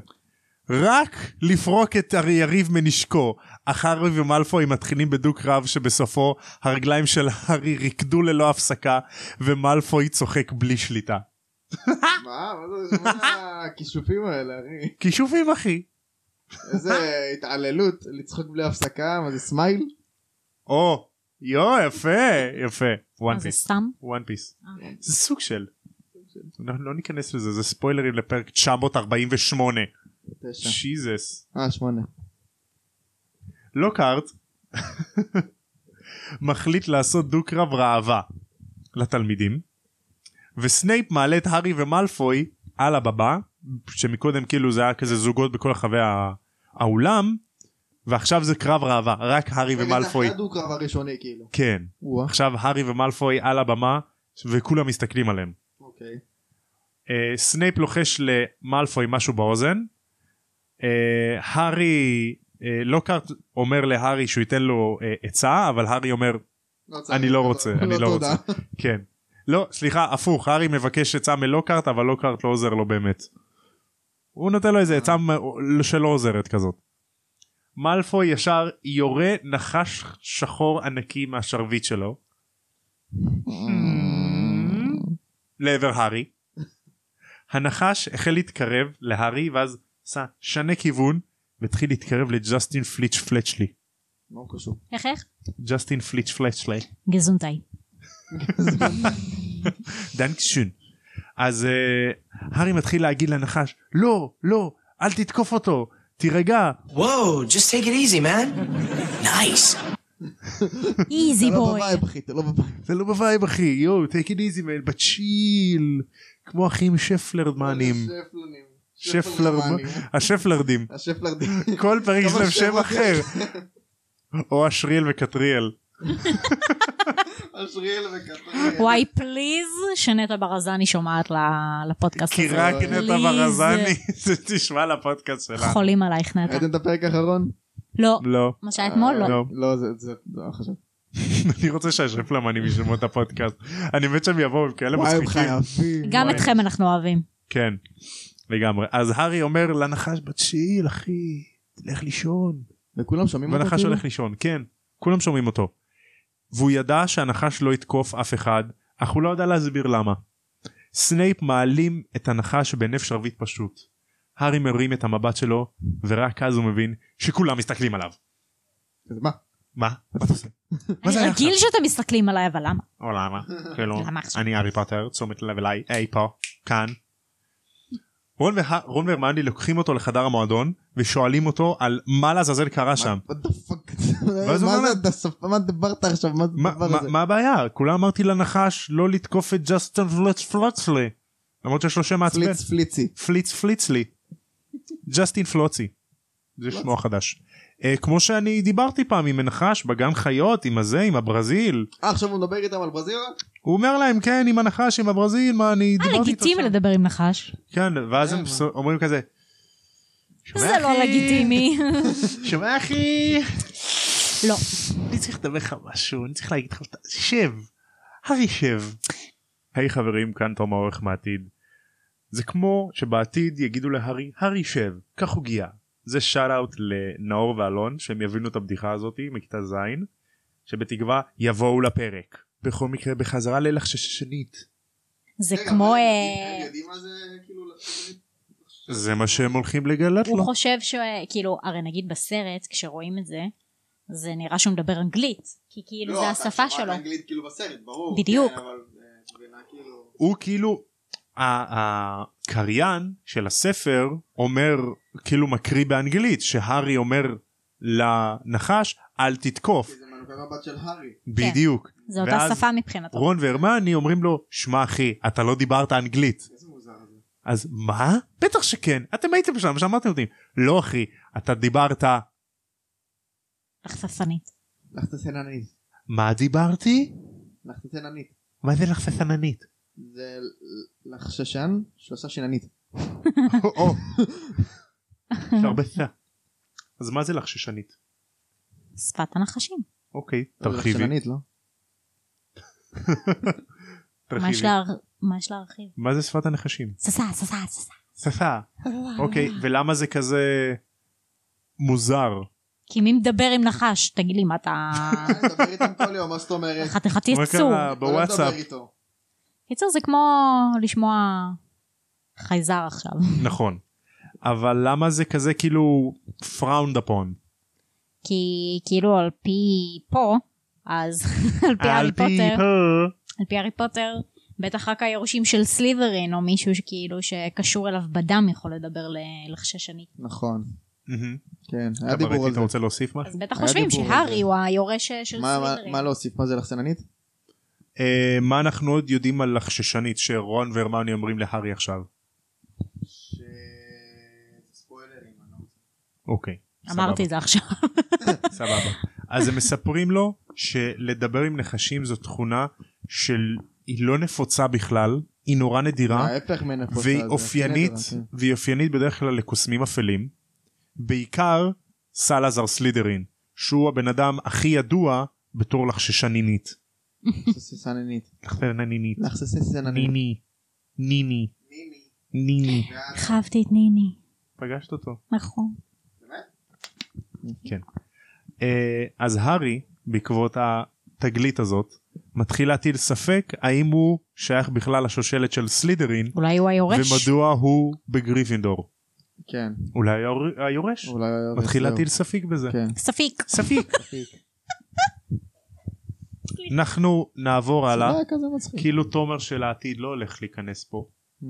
[SPEAKER 1] רק לפרוק את הר- יריב מנשקו אך הארי ומלפוי מתחילים בדו קרב שבסופו הרגליים של הארי ריקדו ללא הפסקה ומלפוי צוחק בלי שליטה.
[SPEAKER 2] מה? מה זה- מה הכישופים האלה אחי?
[SPEAKER 1] כישופים אחי.
[SPEAKER 2] איזה התעללות לצחוק בלי הפסקה מה זה סמייל?
[SPEAKER 1] או יו יפה יפה.
[SPEAKER 3] מה
[SPEAKER 1] וואן
[SPEAKER 3] זה
[SPEAKER 1] פיס.
[SPEAKER 3] סתם?
[SPEAKER 1] וואן פיס.
[SPEAKER 3] אה.
[SPEAKER 1] זה סוג של. לא לא ניכנס לזה זה ספוילרים לפרק 948.
[SPEAKER 2] תשע.
[SPEAKER 1] שיזס.
[SPEAKER 2] אה שמונה.
[SPEAKER 1] לוקהרט (laughs) מחליט לעשות דו קרב ראווה לתלמידים וסנייפ מעלה את הארי ומלפוי על הבמה שמקודם כאילו זה היה כזה זוגות בכל רחבי הא- האולם ועכשיו זה קרב ראווה רק הארי ומלפוי
[SPEAKER 2] זה הדו-קרב הראשוני כאילו.
[SPEAKER 1] כן
[SPEAKER 2] וואה,
[SPEAKER 1] עכשיו הארי ומלפוי על הבמה וכולם מסתכלים עליהם.
[SPEAKER 2] אוקיי.
[SPEAKER 1] אה, סנייפ לוחש למלפוי משהו באוזן. אה, הארי אה, לוקארט אומר להארי שהוא ייתן לו אה, עצה אבל הארי אומר
[SPEAKER 2] צריך,
[SPEAKER 1] אני לא רוצה, אני לא
[SPEAKER 2] תודה.
[SPEAKER 1] כן. לא סליחה הפוך הארי מבקש עצה מלוקארט אבל לוקארט לא עוזר לו באמת. הוא נותן לו איזה עצה מ- שלא עוזרת כזאת. מאלפוי ישר יורה נחש שחור ענקי מהשרביט שלו Mm-hmm. לעבר הארי. הנחש החל להתקרב להארי ואז עשה שנה כיוון והתחיל להתקרב לג'סטין פליץ' פלצ'לי.
[SPEAKER 2] (laughs) לא קשור.
[SPEAKER 3] איך איך?
[SPEAKER 1] ג'סטין פליץ' פלצ'לי. (laughs)
[SPEAKER 3] גזונטאי.
[SPEAKER 1] דנקשון. אז uh, הארי מתחיל להגיד לנחש לא לא אל תתקוף אותו תירגע
[SPEAKER 4] Whoa, Oh, just take it easy, man. Nice.
[SPEAKER 3] איזי
[SPEAKER 2] אתה לא
[SPEAKER 3] בוי.
[SPEAKER 2] בווייב אחי, אתה לא בווייב.
[SPEAKER 1] זה לא בווייב אחי יואו take it easy man בצ'יל כמו אחים
[SPEAKER 2] (laughs)
[SPEAKER 1] שפלרדמנים
[SPEAKER 2] שפלונים.
[SPEAKER 1] שפלר
[SPEAKER 2] שפלרמנים.
[SPEAKER 1] השפלרדים
[SPEAKER 2] השפלרדים.
[SPEAKER 1] כל פרק יש
[SPEAKER 2] אבל
[SPEAKER 1] להם
[SPEAKER 2] שם
[SPEAKER 1] שם אחר או אשריאל וקטריאל
[SPEAKER 2] אשריאל וקטריאל.
[SPEAKER 3] וואי פליז שנטע ברזני שומעת ל- לפודקאסט
[SPEAKER 1] כי
[SPEAKER 3] הזה.
[SPEAKER 1] רק נטע
[SPEAKER 3] פליז.
[SPEAKER 1] ברזני (laughs) זה תשמע לפודקאסט שלנו
[SPEAKER 3] חולים עלייך נטע.
[SPEAKER 2] ראיתם את הפרק האחרון?
[SPEAKER 3] לא.
[SPEAKER 1] לא
[SPEAKER 3] מה שהיה אתמול לא.
[SPEAKER 1] לא. (laughs)
[SPEAKER 2] לא, זה- זה זה לא חשוב.
[SPEAKER 1] אני רוצה שהשפלמנים ישמעו את הפודקאסט אני מת שהם יבואו הם כאלה
[SPEAKER 2] וואי, הם
[SPEAKER 1] מצחיקים
[SPEAKER 2] חייבים.
[SPEAKER 3] גם
[SPEAKER 1] וואי.
[SPEAKER 3] אתכם אנחנו אוהבים.
[SPEAKER 1] כן, לגמרי. אז הארי אומר לנחש בתשיעיל, אחי, תלך לישון.
[SPEAKER 2] וכולם שומעים אותו כאילו?
[SPEAKER 1] והנחש הולך לישון, כן, כולם שומעים אותו. והוא ידע שהנחש לא יתקוף אף אחד, אך הוא לא ידע להסביר למה. סנייפ מעלים את הנחש בהינף שרביט פשוט. הארי מרים את המבט שלו, ורק אז הוא מבין שכולם מסתכלים עליו.
[SPEAKER 2] אז מה?
[SPEAKER 1] מה? מה אתה עושה? מה
[SPEAKER 3] אני
[SPEAKER 1] זה היה
[SPEAKER 3] רגיל
[SPEAKER 1] עכשיו?
[SPEAKER 3] שאתם מסתכלים עליי אבל למה?
[SPEAKER 1] או (laughs) למה? כאילו,
[SPEAKER 3] למה עכשיו?
[SPEAKER 1] אני הארי פוטר, תשומת לב אליי, היי פה, כאן. רון וה- רון והרמני לוקחים אותו לחדר המועדון ושואלים אותו על מה לעזאזל קרה שם.
[SPEAKER 2] What the fuck? (laughs)
[SPEAKER 1] ואז הוא
[SPEAKER 2] מה
[SPEAKER 1] אומר
[SPEAKER 2] זה הדסף- מה דיברת עכשיו? מה זה
[SPEAKER 1] מה-
[SPEAKER 2] הדבר
[SPEAKER 1] מה-
[SPEAKER 2] הזה?
[SPEAKER 1] מה הבעיה? כולה אמרתי לנחש לא לתקוף את ג'סטון פלוץ פלוצלי. למרות שיש לו שם מעצבן.
[SPEAKER 2] פליץ פליצי.
[SPEAKER 1] פליץ פליצלי. ג'סטין פלוצי. זה שמו החדש. אה, כמו שאני דיברתי פעם עם הנחש בגן חיות עם הזה עם הברזיל.
[SPEAKER 2] אה, עכשיו הוא מדבר איתם על ברזילה?
[SPEAKER 1] הוא אומר להם כן עם הנחש עם הברזיל מה אני לא
[SPEAKER 3] אה
[SPEAKER 1] דיברתי איתו
[SPEAKER 3] לגיטימי
[SPEAKER 1] שם."
[SPEAKER 3] לדבר עם נחש.
[SPEAKER 1] כן, ואז הם
[SPEAKER 2] כן,
[SPEAKER 1] סו- אומרים כזה. "שומע,
[SPEAKER 3] זה לא
[SPEAKER 1] אחי?
[SPEAKER 3] לגיטימי.
[SPEAKER 1] שומע אחי?
[SPEAKER 3] לא.
[SPEAKER 1] אני צריך לדבר לך משהו, אני צריך להגיד לך, שב, הרי שב. היי חברים, כאן תום האורך מהעתיד. זה כמו שבעתיד יגידו להארי, הארי שב, קח עוגיה. זה שאט אאוט לנאור ואלון, שהם יבינו את הבדיחה הזאת מכיתה ז', שבתקווה יבואו לפרק. בכל מקרה, בחזרה ללחששנית.
[SPEAKER 3] זה
[SPEAKER 2] רגע,
[SPEAKER 3] כמו...
[SPEAKER 2] אבל הם
[SPEAKER 3] אה,
[SPEAKER 2] יודעים- הם יודעים מה זה כאילו... לשבת?
[SPEAKER 1] זה מה שהם הולכים לגלות
[SPEAKER 3] הוא
[SPEAKER 1] לו.
[SPEAKER 3] חושב ש... כאילו, הרי נגיד בסרט, כשרואים את זה, זה נראה שהוא מדבר אנגלית. כי כאילו
[SPEAKER 2] לא,
[SPEAKER 3] זה
[SPEAKER 2] אתה שמעת
[SPEAKER 3] השפה שלו.
[SPEAKER 2] אנגלית כאילו בסרט, ברור.
[SPEAKER 3] בדיוק.
[SPEAKER 2] כן, אבל, אה, מבינה, כאילו-
[SPEAKER 1] הוא כאילו ה- הקריין של הספר אומר כאילו מקריא באנגלית שהארי אומר לנחש אל תתקוף
[SPEAKER 2] כי זה מנוגד לבת של הארי.
[SPEAKER 1] בדיוק
[SPEAKER 3] זה אותה
[SPEAKER 1] ואז-
[SPEAKER 3] שפה מבחינתו.
[SPEAKER 1] רון והרמני אומרים לו שמע אחי אתה לא דיברת אנגלית
[SPEAKER 2] איזה מוזר זה.
[SPEAKER 1] אז מה בטח שכן אתם הייתם שם שמעתם אותי לא אחי אתה דיברת
[SPEAKER 3] לחפפנית.
[SPEAKER 2] לך תסננית.
[SPEAKER 1] מה דיברתי
[SPEAKER 2] לך תסננית.
[SPEAKER 1] מה זה לך סננית
[SPEAKER 2] זה לחששן שעושה שיננית.
[SPEAKER 1] אז מה זה לחששנית
[SPEAKER 3] שפת הנחשים.
[SPEAKER 1] אוקיי תרחיבי
[SPEAKER 2] לחששנית, לא?
[SPEAKER 3] מה יש
[SPEAKER 1] תרחיבי
[SPEAKER 3] לה- מה יש להרחיב?
[SPEAKER 1] מה זה שפת הנחשים
[SPEAKER 3] ססה, ססה, ססה.
[SPEAKER 1] שפה. אוקיי,
[SPEAKER 3] אה.
[SPEAKER 1] ולמה זה כזה מוזר?
[SPEAKER 3] כי מי מדבר עם נחש? תגיד לי, מה אתה...
[SPEAKER 2] אני מדבר איתם כל יום, מה זאת אומרת?
[SPEAKER 3] חתיכת
[SPEAKER 1] מה
[SPEAKER 3] יצור.
[SPEAKER 1] קרה
[SPEAKER 2] אתה לא מדבר
[SPEAKER 1] בוואטסאפ?
[SPEAKER 2] איתו.
[SPEAKER 3] קיצור, זה כמו לשמוע חייזר עכשיו.
[SPEAKER 1] נכון. אבל למה זה כזה כאילו frowned upon?
[SPEAKER 3] כי כאילו על פי פה, אז (laughs) על פי הארי פוטר, על פי הארי פוטר, בטח רק היורשים של סליברין, או מישהו שכאילו שקשור אליו בדם יכול לדבר ל- לחששנית.
[SPEAKER 2] נכון.
[SPEAKER 1] מהמם.
[SPEAKER 2] כן, היה דיבור
[SPEAKER 1] קברטי,
[SPEAKER 2] על
[SPEAKER 1] אתה
[SPEAKER 2] זה.
[SPEAKER 1] רוצה להוסיף משהו?
[SPEAKER 3] אז בטח
[SPEAKER 2] היה
[SPEAKER 3] חושבים
[SPEAKER 2] דיבור על
[SPEAKER 3] שהארי
[SPEAKER 2] זה.
[SPEAKER 3] הוא היורש אה, של
[SPEAKER 2] מה- מה-
[SPEAKER 3] סליברין.
[SPEAKER 2] מה להוסיף? מה זה לחצננית?
[SPEAKER 1] אה, מה אנחנו עוד יודעים על לחששנית שרון והרמני אומרים להארי עכשיו?
[SPEAKER 2] ש... ספוילרים, אני לא רוצה.
[SPEAKER 1] אוקיי.
[SPEAKER 3] אמרתי את זה עכשיו. (laughs)
[SPEAKER 1] סבבה. אז הם מספרים לו שלדבר עם נחשים זו תכונה של היא לא נפוצה בכלל, היא נורא נדירה,
[SPEAKER 2] ההפך מנפוצה. זה
[SPEAKER 1] אה? והיא אופיינית,
[SPEAKER 2] כן, הבנתי.
[SPEAKER 1] והיא אופיינית בדרך כלל לקוסמים אפלים, בעיקר סלאזר סלידרין, שהוא הבן אדם הכי ידוע בתור לחששנינית.
[SPEAKER 2] ססננית.
[SPEAKER 1] לחששנינית.
[SPEAKER 2] לך זה ססננית.
[SPEAKER 1] ניני. ניני. ניני.
[SPEAKER 3] חייבתי את ניני,
[SPEAKER 1] פגשת אותו.
[SPEAKER 3] נכון.
[SPEAKER 1] כן. אה, אז הארי בעקבות התגלית הזאת מתחיל להטיל ספק האם הוא שייך בכלל לשושלת של סלידרין
[SPEAKER 3] אולי הוא היורש?
[SPEAKER 1] ומדוע הוא בגריפינדור.
[SPEAKER 2] כן.
[SPEAKER 1] אולי היור- היורש
[SPEAKER 2] אולי...
[SPEAKER 1] מתחיל
[SPEAKER 2] זהו.
[SPEAKER 1] להטיל ספק בזה.
[SPEAKER 2] כן.
[SPEAKER 3] ספיק.
[SPEAKER 1] ספק. אנחנו נעבור
[SPEAKER 2] זה
[SPEAKER 1] הלאה
[SPEAKER 3] לא
[SPEAKER 2] היה כזה מצחיק.
[SPEAKER 1] כאילו תומר של העתיד לא הולך להיכנס פה.
[SPEAKER 2] Mhm.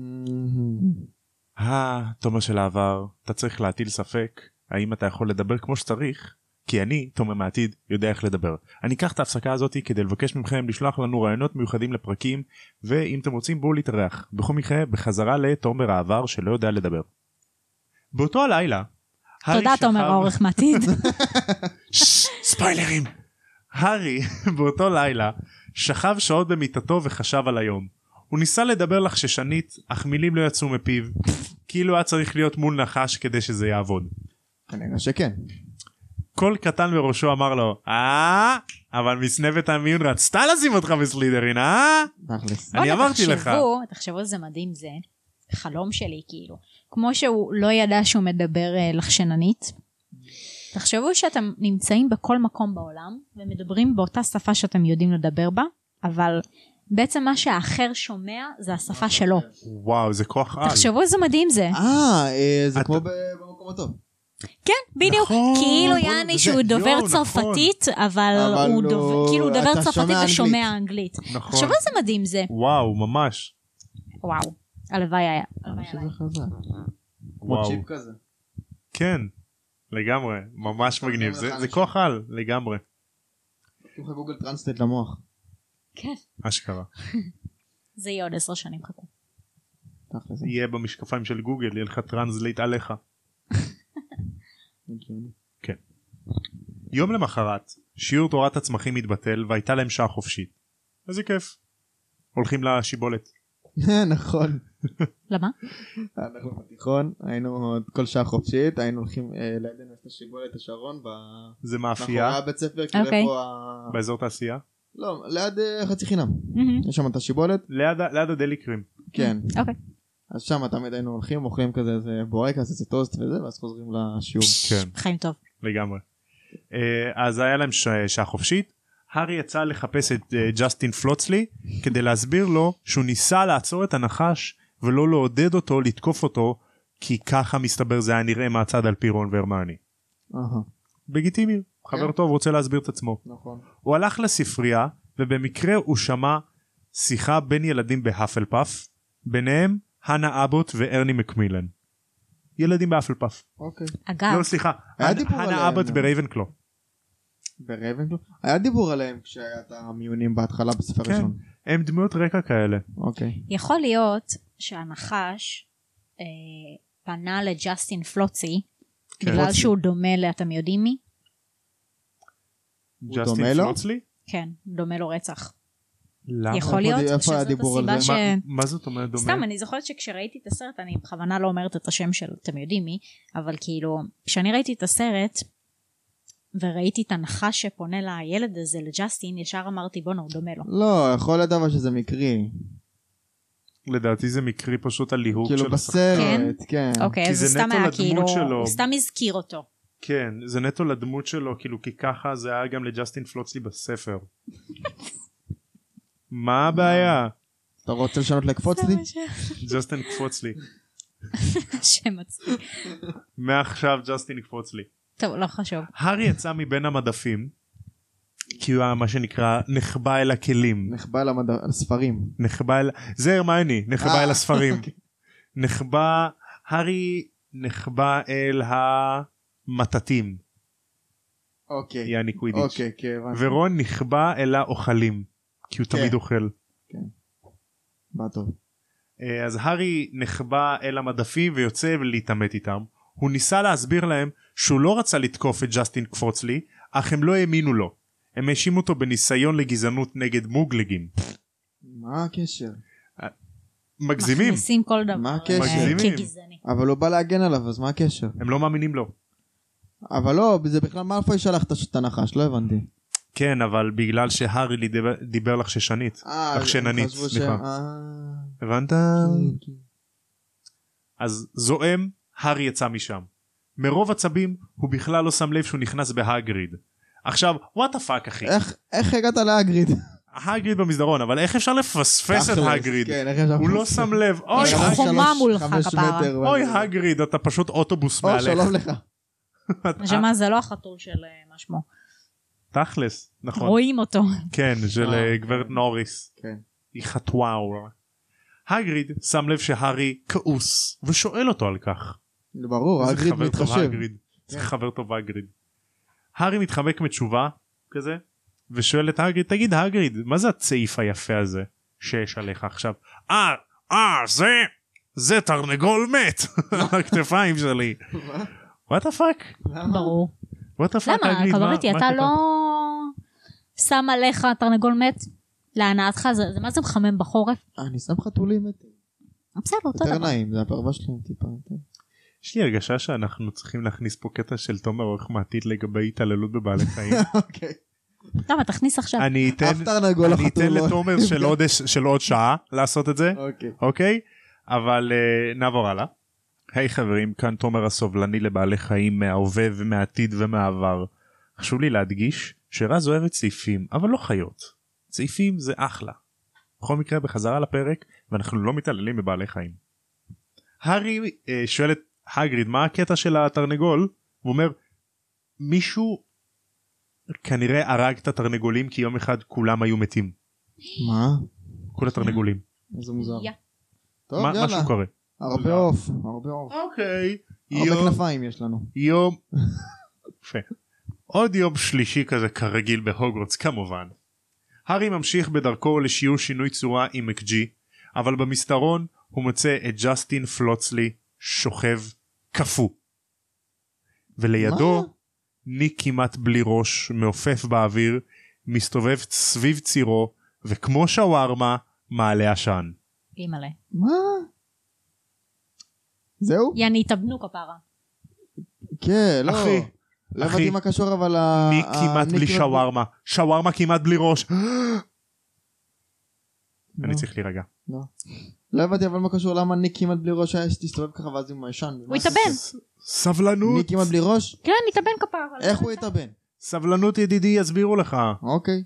[SPEAKER 1] אה, תומר של העבר, אתה צריך להטיל ספק האם אתה יכול לדבר כמו שצריך, כי אני, תומר מהעתיד, יודע איך לדבר. אני אקח את ההפסקה הזאת כדי לבקש מכם לשלוח לנו רעיונות מיוחדים לפרקים, ואם אתם רוצים בואו להתארח. בכל מקרה, בחזרה לתומר העבר שלא יודע לדבר. באותו הלילה, הארי
[SPEAKER 3] תודה
[SPEAKER 1] שכב-
[SPEAKER 3] תומר העורך מעתיד.
[SPEAKER 1] ששש, ספיילרים. הארי באותו לילה שכב שעות במיטתו וחשב על היום. הוא ניסה לדבר לחששנית, אך מילים לא יצאו מפיו, כאילו היה צריך להיות מול נחש כדי שזה יעבוד.
[SPEAKER 2] כנראה שכן.
[SPEAKER 1] קול קטן בראשו אמר לו, אה, אבל מסנבת המיון רצתה לשים אותך בסלידרין, אה?
[SPEAKER 2] תכלס.
[SPEAKER 1] אני
[SPEAKER 3] בואנה,
[SPEAKER 1] אמרתי לך.
[SPEAKER 3] תחשבו, תחשבו איזה מדהים זה. חלום שלי כאילו. כמו שהוא לא ידע שהוא מדבר אה, לחשננית. תחשבו שאתם נמצאים בכל מקום בעולם ומדברים באותה שפה שאתם יודעים לדבר בה, אבל בעצם מה שהאחר שומע זה השפה שלו.
[SPEAKER 1] וואו, זה כוח על.
[SPEAKER 3] תחשבו איזה מדהים זה.
[SPEAKER 2] אה, אה, זה
[SPEAKER 1] אתה-
[SPEAKER 2] כמו ב- במקום הטוב.
[SPEAKER 3] כן, בדיוק.
[SPEAKER 1] נכון,
[SPEAKER 3] כאילו
[SPEAKER 1] בואנה,
[SPEAKER 3] יעני
[SPEAKER 1] זה-
[SPEAKER 3] שהוא
[SPEAKER 1] יואו,
[SPEAKER 3] דובר
[SPEAKER 1] נכון.
[SPEAKER 3] צרפתית, אבל
[SPEAKER 2] אבל
[SPEAKER 3] הוא
[SPEAKER 2] הוא-
[SPEAKER 3] דובר- כאילו הוא דובר
[SPEAKER 2] אתה
[SPEAKER 3] צרפתית
[SPEAKER 2] שומע
[SPEAKER 3] ושומע אנגלית.
[SPEAKER 1] נכון.
[SPEAKER 3] תחשבו איזה מדהים זה.
[SPEAKER 1] וואו, ממש.
[SPEAKER 3] וואו. הלוואי היה. הלוואי
[SPEAKER 2] אני חושב
[SPEAKER 3] עליי.
[SPEAKER 2] שזה חזק. כמו
[SPEAKER 1] וואו.
[SPEAKER 2] צ'יפ כזה.
[SPEAKER 1] כן, לגמרי. ממש מגניב. זה זה כוח על, לגמרי.
[SPEAKER 2] תמחה גוגל טרנסטייט למוח.
[SPEAKER 3] כן.
[SPEAKER 1] אשכרה.
[SPEAKER 3] זה יהיה עוד עשר שנים חכו.
[SPEAKER 2] תכלס.
[SPEAKER 1] יהיה במשקפיים של גוגל יהיה לך טרנסליט עליך.
[SPEAKER 2] הגיוני.
[SPEAKER 1] יום למחרת שיעור תורת הצמחים התבטל והייתה להם שעה חופשית. איזה כיף. הולכים לשיבולת.
[SPEAKER 2] (laughs) נכון.
[SPEAKER 3] למה?
[SPEAKER 2] אנחנו בתיכון, היינו עוד כל שעה חופשית, היינו הולכים אה, לידינו את השיבולת השרון, ב-
[SPEAKER 1] זה
[SPEAKER 2] מאחורי
[SPEAKER 1] מאפייה
[SPEAKER 2] הבית ספר, כאילו
[SPEAKER 3] אוקיי.
[SPEAKER 2] איפה ה...
[SPEAKER 1] באזור תעשייה.
[SPEAKER 2] לא, ליד אה, חצי חינם.
[SPEAKER 3] מהמם.
[SPEAKER 2] יש שם את השיבולת,
[SPEAKER 1] ליד, ה- ליד הדליקרים.
[SPEAKER 2] כן.
[SPEAKER 3] אוקיי.
[SPEAKER 2] אז שם תמיד היינו הולכים, אוכלים כזה איזה בורקס, איזה טוסט וזה, ואז חוזרים לשיעור.
[SPEAKER 1] כן.
[SPEAKER 3] חיים טוב.
[SPEAKER 1] לגמרי. אה, אז היה להם ש... שעה חופשית. הארי יצא לחפש את אה, ג'סטין פלוצלי כדי להסביר לו שהוא ניסה לעצור את הנחש ולא לעודד אותו לתקוף אותו כי ככה מסתבר זה היה נראה מהצד על פי רון והרמני.
[SPEAKER 2] אהה,
[SPEAKER 1] לגיטימי. חבר
[SPEAKER 2] כן.
[SPEAKER 1] טוב רוצה להסביר את עצמו.
[SPEAKER 2] נכון.
[SPEAKER 1] הוא הלך לספרייה ובמקרה הוא שמע שיחה בין ילדים בהאפל פאף ביניהם הנה אבוט וארני מקמילן. ילדים בהאפל פאף.
[SPEAKER 2] אוקיי.
[SPEAKER 3] אגב,
[SPEAKER 1] לא סליחה.
[SPEAKER 2] היה
[SPEAKER 1] הנה-
[SPEAKER 2] דיבור
[SPEAKER 1] הנה
[SPEAKER 2] עליהם.
[SPEAKER 1] אבוט ברייבנקלו.
[SPEAKER 2] ברייבנקלו? היה דיבור עליהם כשהיה את המיונים בהתחלה בספר
[SPEAKER 1] כן.
[SPEAKER 2] ראשון.
[SPEAKER 1] הם דמויות רקע כאלה.
[SPEAKER 2] אוקיי.
[SPEAKER 3] יכול להיות שהנחש אה, פנה לג'סטין פלוצי
[SPEAKER 1] כן.
[SPEAKER 3] בגלל
[SPEAKER 1] פלוצי.
[SPEAKER 3] שהוא דומה ל... אתם יודעים מי?
[SPEAKER 2] הוא
[SPEAKER 1] ג'סטין
[SPEAKER 2] דומה לו?
[SPEAKER 1] פלוצלי?
[SPEAKER 3] כן, דומה לו רצח.
[SPEAKER 1] למה?
[SPEAKER 2] איפה-
[SPEAKER 3] יכול להיות
[SPEAKER 2] איפה היה
[SPEAKER 3] שזאת
[SPEAKER 2] דיבור על
[SPEAKER 3] הסיבה
[SPEAKER 2] זה?
[SPEAKER 3] ש...
[SPEAKER 1] מה- מה זאת אומרת דומה?
[SPEAKER 3] סתם, אני זוכרת שכשראיתי את הסרט, אני בכוונה לא אומרת את השם של אתם יודעים מי, אבל כאילו, כשאני ראיתי את הסרט וראיתי את הנחש שפונה לילד הזה, לג'סטין, ישר אמרתי בואנה הוא דומה לו.
[SPEAKER 2] לא, יכול להיות אבל שזה מקרי.
[SPEAKER 1] לדעתי זה מקרי פשוט הליהוק של
[SPEAKER 2] כאילו בסרט, כן.
[SPEAKER 3] אוקיי,
[SPEAKER 1] אה, כי
[SPEAKER 3] אז
[SPEAKER 1] זה
[SPEAKER 3] הוא סתם
[SPEAKER 1] נטו
[SPEAKER 3] היה
[SPEAKER 1] לדמות
[SPEAKER 3] כאילו,
[SPEAKER 1] שלו.
[SPEAKER 3] הוא סתם הזכיר אותו.
[SPEAKER 1] כן, זה נטו לדמות שלו, כאילו, כי ככה זה היה גם לג'סטין פלוצלי
[SPEAKER 3] (laughs)
[SPEAKER 1] בספר. מה הבעיה?
[SPEAKER 2] אתה רוצה לשנות לקפוץ
[SPEAKER 3] (laughs)
[SPEAKER 2] לי?
[SPEAKER 1] ג'סטין קפוצלי.
[SPEAKER 3] שם עצמי.
[SPEAKER 1] מעכשיו ג'סטין קפוצלי.
[SPEAKER 3] טוב, לא חשוב.
[SPEAKER 1] הארי יצא מבין המדפים כי הוא היה מה שנקרא נחבא אל הכלים
[SPEAKER 2] נחבא למד- לספרים.
[SPEAKER 1] נחבא אל זה הרמייני נחבא
[SPEAKER 2] אה,
[SPEAKER 1] אל הספרים
[SPEAKER 2] אוקיי.
[SPEAKER 1] נחבא הארי נחבא אל המטטים
[SPEAKER 2] אוקיי.
[SPEAKER 1] יעני קווידיץ'
[SPEAKER 2] אוקיי, כן, הבנתי.
[SPEAKER 1] ורון נחבא אל האוכלים כי הוא
[SPEAKER 2] כן.
[SPEAKER 1] תמיד אוכל
[SPEAKER 2] מה טוב.
[SPEAKER 1] אה, אז הארי נחבא אל המדפים ויוצא להתעמת איתם הוא ניסה להסביר להם שהוא לא רצה לתקוף את ג'סטין קפוצלי, אך הם לא האמינו לו. הם האשימו אותו בניסיון לגזענות נגד מוגלגים.
[SPEAKER 2] מה הקשר?
[SPEAKER 1] מגזימים,
[SPEAKER 3] מכניסים כל דבר.
[SPEAKER 2] מה הקשר?
[SPEAKER 3] אה,
[SPEAKER 1] מגזימים.
[SPEAKER 3] כגזעני.
[SPEAKER 2] אבל הוא בא להגן עליו, אז מה הקשר?
[SPEAKER 1] הם לא מאמינים לו.
[SPEAKER 2] אבל לא, זה בכלל מאלפוי שלח את הש- את הנחש, לא הבנתי.
[SPEAKER 1] כן, אבל בגלל שהארי לי דיבר- דיבר לך ששנית.
[SPEAKER 2] אה,
[SPEAKER 1] לך
[SPEAKER 2] הם
[SPEAKER 1] שננית,
[SPEAKER 2] חשבו ש-
[SPEAKER 1] סליחה.
[SPEAKER 2] אה,
[SPEAKER 1] הבנת?
[SPEAKER 2] כן, כן.
[SPEAKER 1] אז זועם, הארי יצא משם. מרוב עצבים, הוא בכלל לא שם לב שהוא נכנס בהגריד. עכשיו, וואט הפאק אחי.
[SPEAKER 2] איך- איך הגעת
[SPEAKER 1] (laughs)
[SPEAKER 2] להגריד?
[SPEAKER 1] הגריד במסדרון, אבל איך אפשר לפספס את
[SPEAKER 2] תכלס,
[SPEAKER 1] הגריד?
[SPEAKER 2] כן, איך אפשר
[SPEAKER 1] הוא לא
[SPEAKER 2] לפספס?
[SPEAKER 1] שם לב. אוי,
[SPEAKER 3] יש
[SPEAKER 1] הג-
[SPEAKER 2] רק
[SPEAKER 3] חומה
[SPEAKER 2] אה, שלוש-
[SPEAKER 3] מולך,
[SPEAKER 2] חמש
[SPEAKER 3] כפרה.
[SPEAKER 2] מטר,
[SPEAKER 1] אוי
[SPEAKER 2] ואני-
[SPEAKER 1] הגריד, אתה פשוט אוטובוס
[SPEAKER 2] או,
[SPEAKER 1] מעליך.
[SPEAKER 2] שלום לך. אה?
[SPEAKER 3] נשמה זה לא החתול של אה, מה שמו.
[SPEAKER 1] תכלס, נכון.
[SPEAKER 3] רואים אותו.
[SPEAKER 1] כן, של
[SPEAKER 2] אה,
[SPEAKER 1] אה, גברת נוריס.
[SPEAKER 2] כן.
[SPEAKER 1] היא חטוואו. הגריד שם לב שהארי כעוס, ושואל אותו על כך.
[SPEAKER 2] ברור,
[SPEAKER 1] איזה
[SPEAKER 2] הגריד
[SPEAKER 1] חבר טוב
[SPEAKER 2] מתחשב. כן.
[SPEAKER 1] הגריד. איזה חבר טוב הגריד. הארי מתחמק מתשובה כזה ושואל את הגריד תגיד הגריד מה זה הצעיף היפה הזה שיש עליך עכשיו אה אה זה זה תרנגול מת (laughs) על הכתפיים שלי
[SPEAKER 2] מה?
[SPEAKER 1] וואט הפאק
[SPEAKER 2] (laughs) למה?
[SPEAKER 3] ברור.
[SPEAKER 1] אה, וואט הפאק
[SPEAKER 3] למה? קברניטי, אתה לא שם עליך תרנגול מת להנאתך? זה זה מה זה מחמם בחורף? אה,
[SPEAKER 2] אה, אני שם חתולים מתים.
[SPEAKER 3] בסדר, אותו
[SPEAKER 2] יותר
[SPEAKER 3] דבר.
[SPEAKER 2] נעים, זה הפרווה שלהם טיפה. יותר.
[SPEAKER 1] יש לי הרגשה שאנחנו צריכים להכניס פה קטע של תומר עורך מעתיד לגבי התעללות בבעלי חיים
[SPEAKER 2] אוקיי.
[SPEAKER 3] למה? תכניס עכשיו.
[SPEAKER 1] אני אתן
[SPEAKER 2] אף תרנגול לא
[SPEAKER 1] אני אתן
[SPEAKER 2] חתול. לא-
[SPEAKER 1] לתומר של עוד- של עוד שעה לעשות את זה
[SPEAKER 2] אוקיי.
[SPEAKER 1] אוקיי? אבל אה, נעבור הלאה. היי חברים, כאן תומר הסובלני לבעלי חיים מההווה ומהעתיד ומהעבר. חשוב לי להדגיש שרז אוהבת צעיפים, אבל לא חיות. צעיפים זה אחלה. בכל מקרה, בחזרה לפרק, ואנחנו לא מתעללים בבעלי חיים. הארי אה, שואל את הגריד מה הקטע של התרנגול, הוא אומר, מישהו כנראה הרג את התרנגולים כי יום אחד כולם היו מתים.
[SPEAKER 2] מה?
[SPEAKER 1] כל התרנגולים.
[SPEAKER 2] איזה מוזר.
[SPEAKER 3] יא.
[SPEAKER 2] טוב,
[SPEAKER 1] מה-
[SPEAKER 2] לא, יאללה.
[SPEAKER 1] משהו לא. קורה.
[SPEAKER 2] הרבה עוף. הרבה עוף.
[SPEAKER 1] אוקיי.
[SPEAKER 2] הרבה כנפיים יש לנו.
[SPEAKER 1] יום יפה. עוד יום שלישי כזה כרגיל בהוגוורטס כמובן. הארי ממשיך בדרכו לשיעור שינוי צורה עם מקג'י אבל במסדרון הוא מוצא את ג'סטין פלוצלי שוכב קפוא. ולידו
[SPEAKER 2] מה?
[SPEAKER 1] ניק כמעט בלי ראש מעופף באוויר מסתובב סביב צירו וכמו שווארמה מעלה עשן.
[SPEAKER 3] אימא'לה.
[SPEAKER 2] מה? זהו?
[SPEAKER 3] יעני, התאבנו כפרה.
[SPEAKER 2] כן, לא.
[SPEAKER 1] אחי,
[SPEAKER 2] לא
[SPEAKER 1] אחי,
[SPEAKER 2] הבנתי מה קשור, אבל... ה-
[SPEAKER 1] ניק
[SPEAKER 2] ה-
[SPEAKER 1] כמעט
[SPEAKER 2] אה, ניק
[SPEAKER 1] בלי שווארמה שווארמה כמעט בלי ראש. (gasps)
[SPEAKER 2] לא,
[SPEAKER 1] אני צריך להירגע.
[SPEAKER 2] לא. לא הבנתי אבל מה קשור למה ניק כמעט בלי ראש היה שתסתובב ככה ואז עם הישן.
[SPEAKER 3] הוא התאבן.
[SPEAKER 1] ס- סבלנות.
[SPEAKER 2] ניק כמעט בלי ראש?
[SPEAKER 3] כן, התאבן כפרה.
[SPEAKER 2] איך הוא התאבן?
[SPEAKER 1] סבלנות ידידי יסבירו לך.
[SPEAKER 3] (laughs)
[SPEAKER 2] אוקיי.